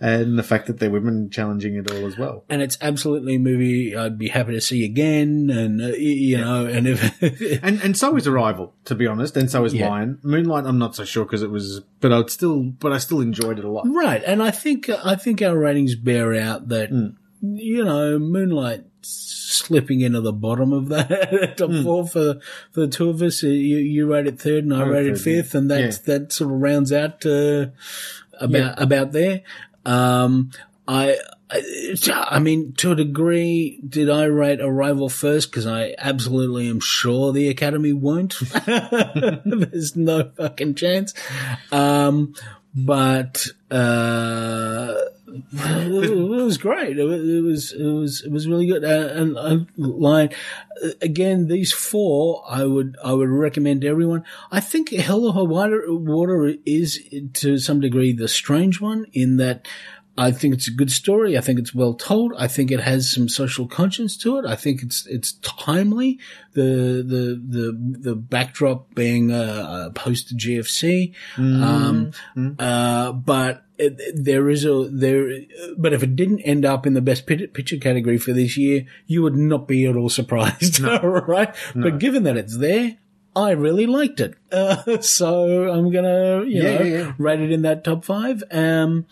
Speaker 1: and the fact that they're women challenging it all as well.
Speaker 2: and it's absolutely a movie I'd be happy to see again and uh, y- you know and if [laughs]
Speaker 1: And and so is Arrival, to be honest, and so is
Speaker 2: Yeah.
Speaker 1: Lion. Moonlight, I'm not so sure because it was, but I'd still, but I still enjoyed it a lot.
Speaker 2: Right, and I think I think our ratings bear out that
Speaker 1: Hmm.
Speaker 2: you know Moonlight slipping into the bottom of that [laughs] top
Speaker 1: Hmm.
Speaker 2: four for for the two of us. uh, You you rated third, and I,
Speaker 1: rated
Speaker 2: rated
Speaker 1: third, yeah.
Speaker 2: fifth, and that that sort of rounds out to about about there. Um, I. I I mean, to a degree, did I rate Arrival first? Because I absolutely am sure the Academy won't. [laughs] There's no fucking chance. Um, but uh, it was great. It was it was it was, it was really good. Uh, and uh, line uh, again, these four, I would I would recommend to everyone. I think Hell or High Water, Water is to some degree the strange one in that. I think it's a good story. I think it's well told. I think it has some social conscience to it. I think it's it's timely. The the the the backdrop being uh, post GFC, um, uh, but it, there is a there. But if it didn't end up in the best pit, picture category for this year, you would not be at all surprised, [laughs] right? But given that it's there. I really liked it, uh, [laughs] so I'm gonna you
Speaker 1: Yeah,
Speaker 2: know
Speaker 1: yeah, yeah.
Speaker 2: rate it in that top five. Um,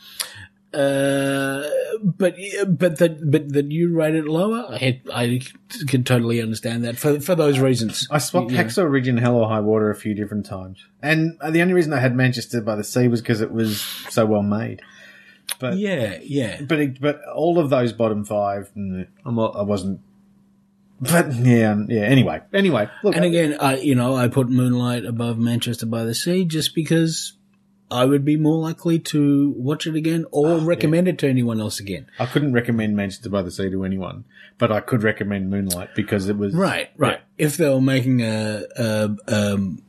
Speaker 2: uh, but but that but that you rate it lower, I had, I can totally understand that for for those reasons.
Speaker 1: I swapped Hacksaw Ridge and Hell or High Water a few different times, and uh, the only reason I had Manchester by the Sea was because it was so well made. But
Speaker 2: yeah, yeah,
Speaker 1: but it, but all of those bottom five, mm, I'm not, I wasn't. But yeah, um, yeah. Anyway, anyway. Look,
Speaker 2: and again, I you know I put Moonlight above Manchester by the Sea just because I would be more likely to watch it again or
Speaker 1: Ah,
Speaker 2: recommend it to anyone else again.
Speaker 1: I couldn't recommend Manchester by the Sea to anyone, but I could recommend Moonlight because it was
Speaker 2: Right, right. If they were making a, a um,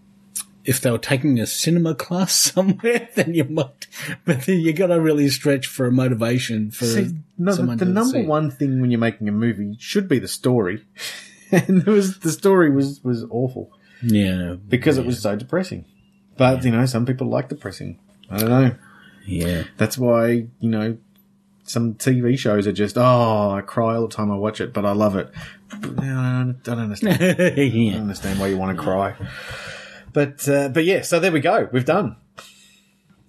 Speaker 2: if they were taking a cinema class [laughs] somewhere, then you might. But then you got to really stretch for a motivation for
Speaker 1: See, no, the,
Speaker 2: someone
Speaker 1: the
Speaker 2: to
Speaker 1: number
Speaker 2: see.
Speaker 1: one thing when you're making a movie should be the story, [laughs] and there was the story was was awful.
Speaker 2: Yeah,
Speaker 1: because it was so depressing. But you know, some people like depressing. I don't know.
Speaker 2: yeah. [laughs]
Speaker 1: That's why you know some TV shows are just oh, I cry all the time I watch it, but I love it. But, no, I don't- don't understand. I don't
Speaker 2: yeah.
Speaker 1: understand why you want to cry. But uh, but yeah, so there we go. We've done.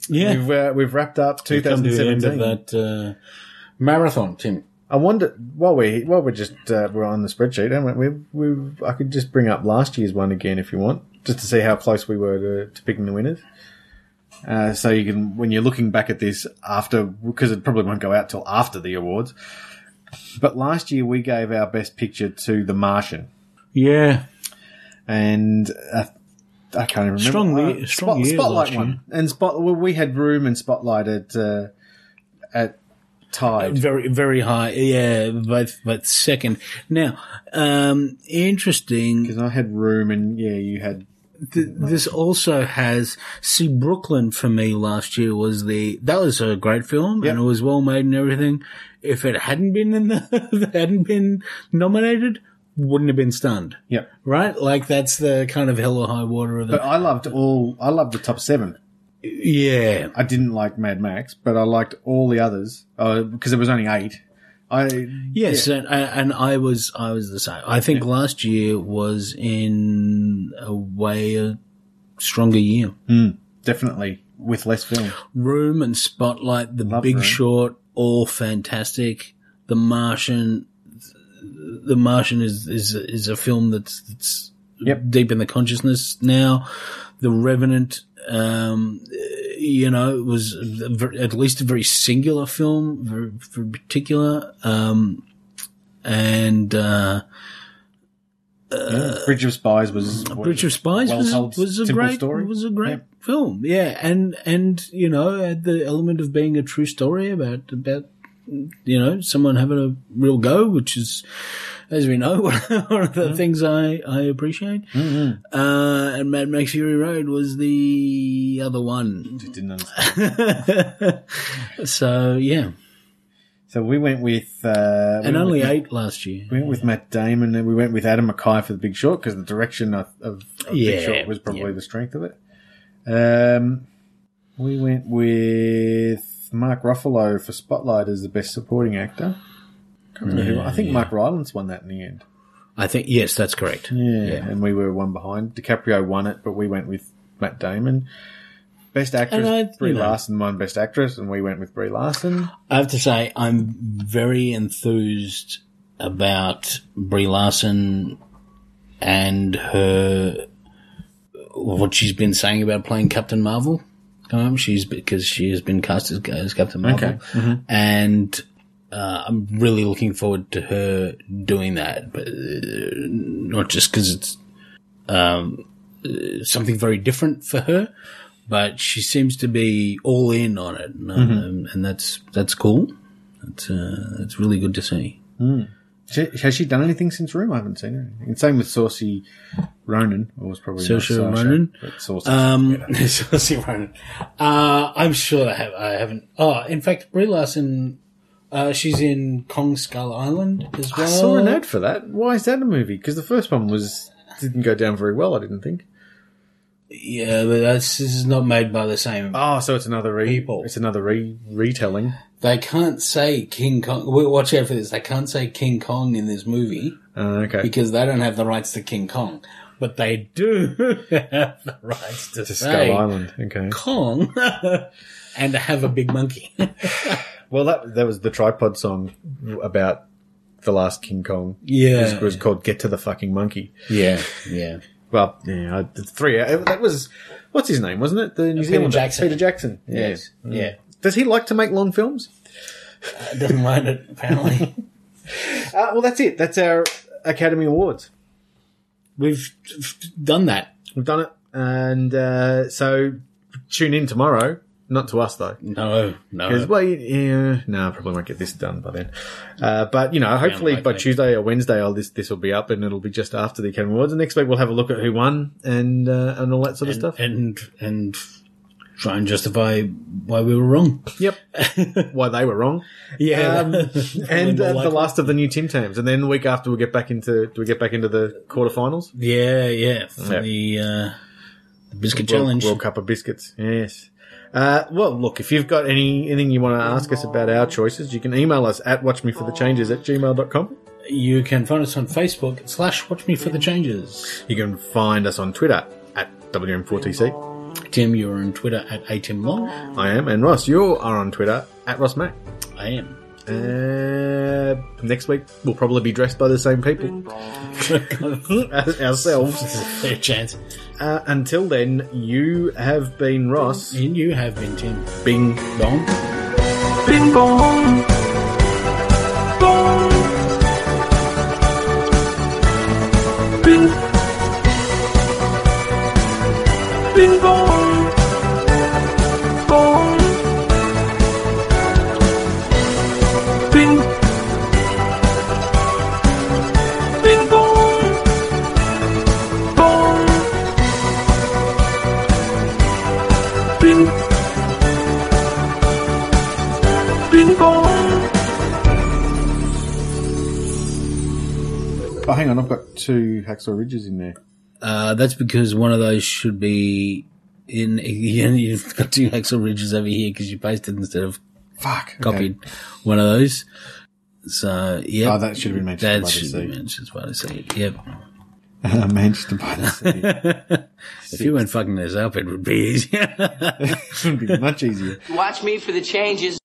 Speaker 2: Yeah.
Speaker 1: We've uh, we've wrapped up
Speaker 2: Come to the end of
Speaker 1: 2017.
Speaker 2: that uh, marathon, Tim.
Speaker 1: I wonder while we while we're just uh, we're on the spreadsheet, and we we we I could just bring up last year's one again if you want, just to see how close we were to, to picking the winners. Uh, so you can, when you're looking back at this after, because it probably won't go out till after the awards. But last year we gave our best picture to The Martian,
Speaker 2: Yeah.
Speaker 1: and uh, I can't even remember.
Speaker 2: Strong
Speaker 1: uh,
Speaker 2: year- strong year
Speaker 1: Spotlight
Speaker 2: last
Speaker 1: one,
Speaker 2: year.
Speaker 1: and Spot. Well, we had Room and Spotlight at uh, at Tide.
Speaker 2: Very, very high. Yeah, but but second. Now, um, interesting.
Speaker 1: Because I had Room, and yeah, you had
Speaker 2: Th- this also has see Brooklyn for me last year was the that was a great film
Speaker 1: Yep.
Speaker 2: and it was well made and everything. If it hadn't been in the [laughs] if it hadn't been nominated, wouldn't have been stunned.
Speaker 1: yep.
Speaker 2: Right? Like that's the kind of hell or high water of the
Speaker 1: But I loved all. I loved the top seven.
Speaker 2: yeah.
Speaker 1: I didn't like Mad Max, but I liked all the others uh, because there was only eight. I
Speaker 2: Yes, and, and I was I was the same. I think last year was in a way a stronger year.
Speaker 1: definitely with less film.
Speaker 2: Room and Spotlight, The
Speaker 1: Love
Speaker 2: Big
Speaker 1: Room.
Speaker 2: Short, all fantastic. The Martian, The Martian is is is a film that's, that's
Speaker 1: Yep.
Speaker 2: deep in the consciousness now. The Revenant, um, eh, you know, was a ver- at least a very singular film, very, very particular, um, and. Uh,
Speaker 1: Bridge of Spies was
Speaker 2: Bridge of Spies was,
Speaker 1: well-told,
Speaker 2: was a
Speaker 1: simple
Speaker 2: great
Speaker 1: story.
Speaker 2: was a great
Speaker 1: Yep.
Speaker 2: film, yeah, and and you know had the element of being a true story about about you know someone having a real go, which is as we know [laughs] one of the
Speaker 1: Mm-hmm.
Speaker 2: things I I appreciate. Uh, and Mad Max Fury Road was the
Speaker 1: [laughs]
Speaker 2: other one, [laughs]
Speaker 1: Didn't understand.
Speaker 2: so yeah,
Speaker 1: So we went with uh, we
Speaker 2: and
Speaker 1: went
Speaker 2: only
Speaker 1: with,
Speaker 2: eight last year.
Speaker 1: We went with Matt Damon, and we went with Adam McKay for The Big Short because the direction of, of, of
Speaker 2: Yeah,
Speaker 1: Big Short was probably
Speaker 2: yeah.
Speaker 1: the strength of it. Um, we went with Mark Ruffalo for Spotlight as the best supporting actor. Can't remember who- I
Speaker 2: Mm,
Speaker 1: think Mark Rylance won that in the end.
Speaker 2: I think yes, that's correct.
Speaker 1: Yeah, and we were one behind. DiCaprio won it, but we went with Matt Damon. Best actress,
Speaker 2: I-
Speaker 1: Brie
Speaker 2: you know.
Speaker 1: Larson won Best Actress, and we went with Brie Larson.
Speaker 2: I have to say, I'm very enthused about Brie Larson and her what she's been saying about playing Captain Marvel. Um, she's because she has been cast as, as Captain Marvel,
Speaker 1: Okay.
Speaker 2: and uh, I'm really looking forward to her doing that. But uh, not just because it's um, uh, something very different for her, but she seems to be all in on it, and, um, and that's that's cool. That's uh, that's really good to see.
Speaker 1: She, has she done anything since Room? I haven't seen her. anything. And same with Saucy Ronan, or was probably not
Speaker 2: Saoirse
Speaker 1: Saoirse,
Speaker 2: Ronan.
Speaker 1: but Saucy.
Speaker 2: [laughs] Um, Saoirse Ronan. Uh, I'm sure I have. I haven't. Oh, in fact, Brie Larson. Uh, she's in Kong Skull Island as well.
Speaker 1: I saw an ad for that. Why is that a movie? Because the first one was didn't go down very well. I didn't think.
Speaker 2: Yeah, but that's, this is not made by the same.
Speaker 1: Oh, so it's another re.
Speaker 2: People.
Speaker 1: It's another re retelling.
Speaker 2: They can't say King Kong. Well, watch out for this. They can't say King Kong in this movie
Speaker 1: Uh, okay.
Speaker 2: because they don't have the rights to King Kong, but they do [laughs] have the rights to,
Speaker 1: to Skull
Speaker 2: say
Speaker 1: Island. Okay.
Speaker 2: Kong [laughs] and to have a big monkey.
Speaker 1: Well, that that was the tripod song about the last King Kong.
Speaker 2: [laughs] Yeah.
Speaker 1: It was called "Get to the Fucking Monkey."
Speaker 2: Yeah, yeah.
Speaker 1: Well, yeah, I- the three. uh, That was what's his name, wasn't it? The New Zealand
Speaker 2: Jackson.
Speaker 1: Peter Jackson. Yeah.
Speaker 2: Yes. Yeah.
Speaker 1: Does he like to make long films?
Speaker 2: Doesn't mind it, apparently.
Speaker 1: Uh, well, that's it. That's our Academy Awards.
Speaker 2: [laughs] We've done that.
Speaker 1: We've done it, and uh, so tune in tomorrow. Not to us though.
Speaker 2: No,
Speaker 1: Because,
Speaker 2: no.
Speaker 1: well, you- yeah, no, I probably won't get this done by then. Uh, but you know, hopefully by
Speaker 2: Unlikely.
Speaker 1: Tuesday or Wednesday, all this this will be up, and it'll be just after the Academy Awards. And next week we'll have a look at who won and uh, and all that sort of stuff.
Speaker 2: And, and try and justify why we were wrong.
Speaker 1: yep,
Speaker 2: [laughs]
Speaker 1: why they were wrong.
Speaker 2: Yeah.
Speaker 1: Um, and
Speaker 2: more
Speaker 1: uh, the
Speaker 2: likely.
Speaker 1: last of the new Tim Tams, and then the week after we'll get back into do we get back into the quarterfinals?
Speaker 2: yeah, yeah. For
Speaker 1: Yeah.
Speaker 2: the, uh, the biscuit
Speaker 1: World-
Speaker 2: challenge.
Speaker 1: World Cup of Biscuits. Yes. Uh, well, look, if you've got any anything you want to ask us about our choices, you can email us at watchmeforthechanges at gmail.com.
Speaker 2: You can find us on Facebook slash Watch Me for the Changes.
Speaker 1: You can find us on Twitter at WM4TC.
Speaker 2: Tim, you're on Twitter at atimlong.
Speaker 1: I am, and Ross, you are on Twitter at Ross Mac.
Speaker 2: [laughs] I am.
Speaker 1: Uh, next week we'll probably be dressed by the same people
Speaker 2: [laughs]
Speaker 1: as ourselves.
Speaker 2: Fair chance.
Speaker 1: Uh, until then, you have been Ross.
Speaker 2: And you have been Tim.
Speaker 1: Bing.
Speaker 2: Dong.
Speaker 3: Bing bong. Bong. Bing. Bing bong. Bong. Bing. Bing bong. Bong. Bing. Bing bong.
Speaker 1: Oh, hang on, I've got two hacksaw ridges in there.
Speaker 2: Uh, that's because one of those should be in. [laughs] You, you've got two axle ridges over here because you pasted instead of
Speaker 1: Fuck. okay.
Speaker 2: copied one of those. So yeah,
Speaker 1: Oh, that should have been Manchester by
Speaker 2: That
Speaker 1: the
Speaker 2: should
Speaker 1: Sea.
Speaker 2: be Manchester by the Sea. Yep.
Speaker 1: [laughs] Manchester by the Sea.
Speaker 2: [laughs] If you weren't fucking this up, it would be easier. [laughs]
Speaker 1: It would be much easier.
Speaker 3: Watch me for the changes.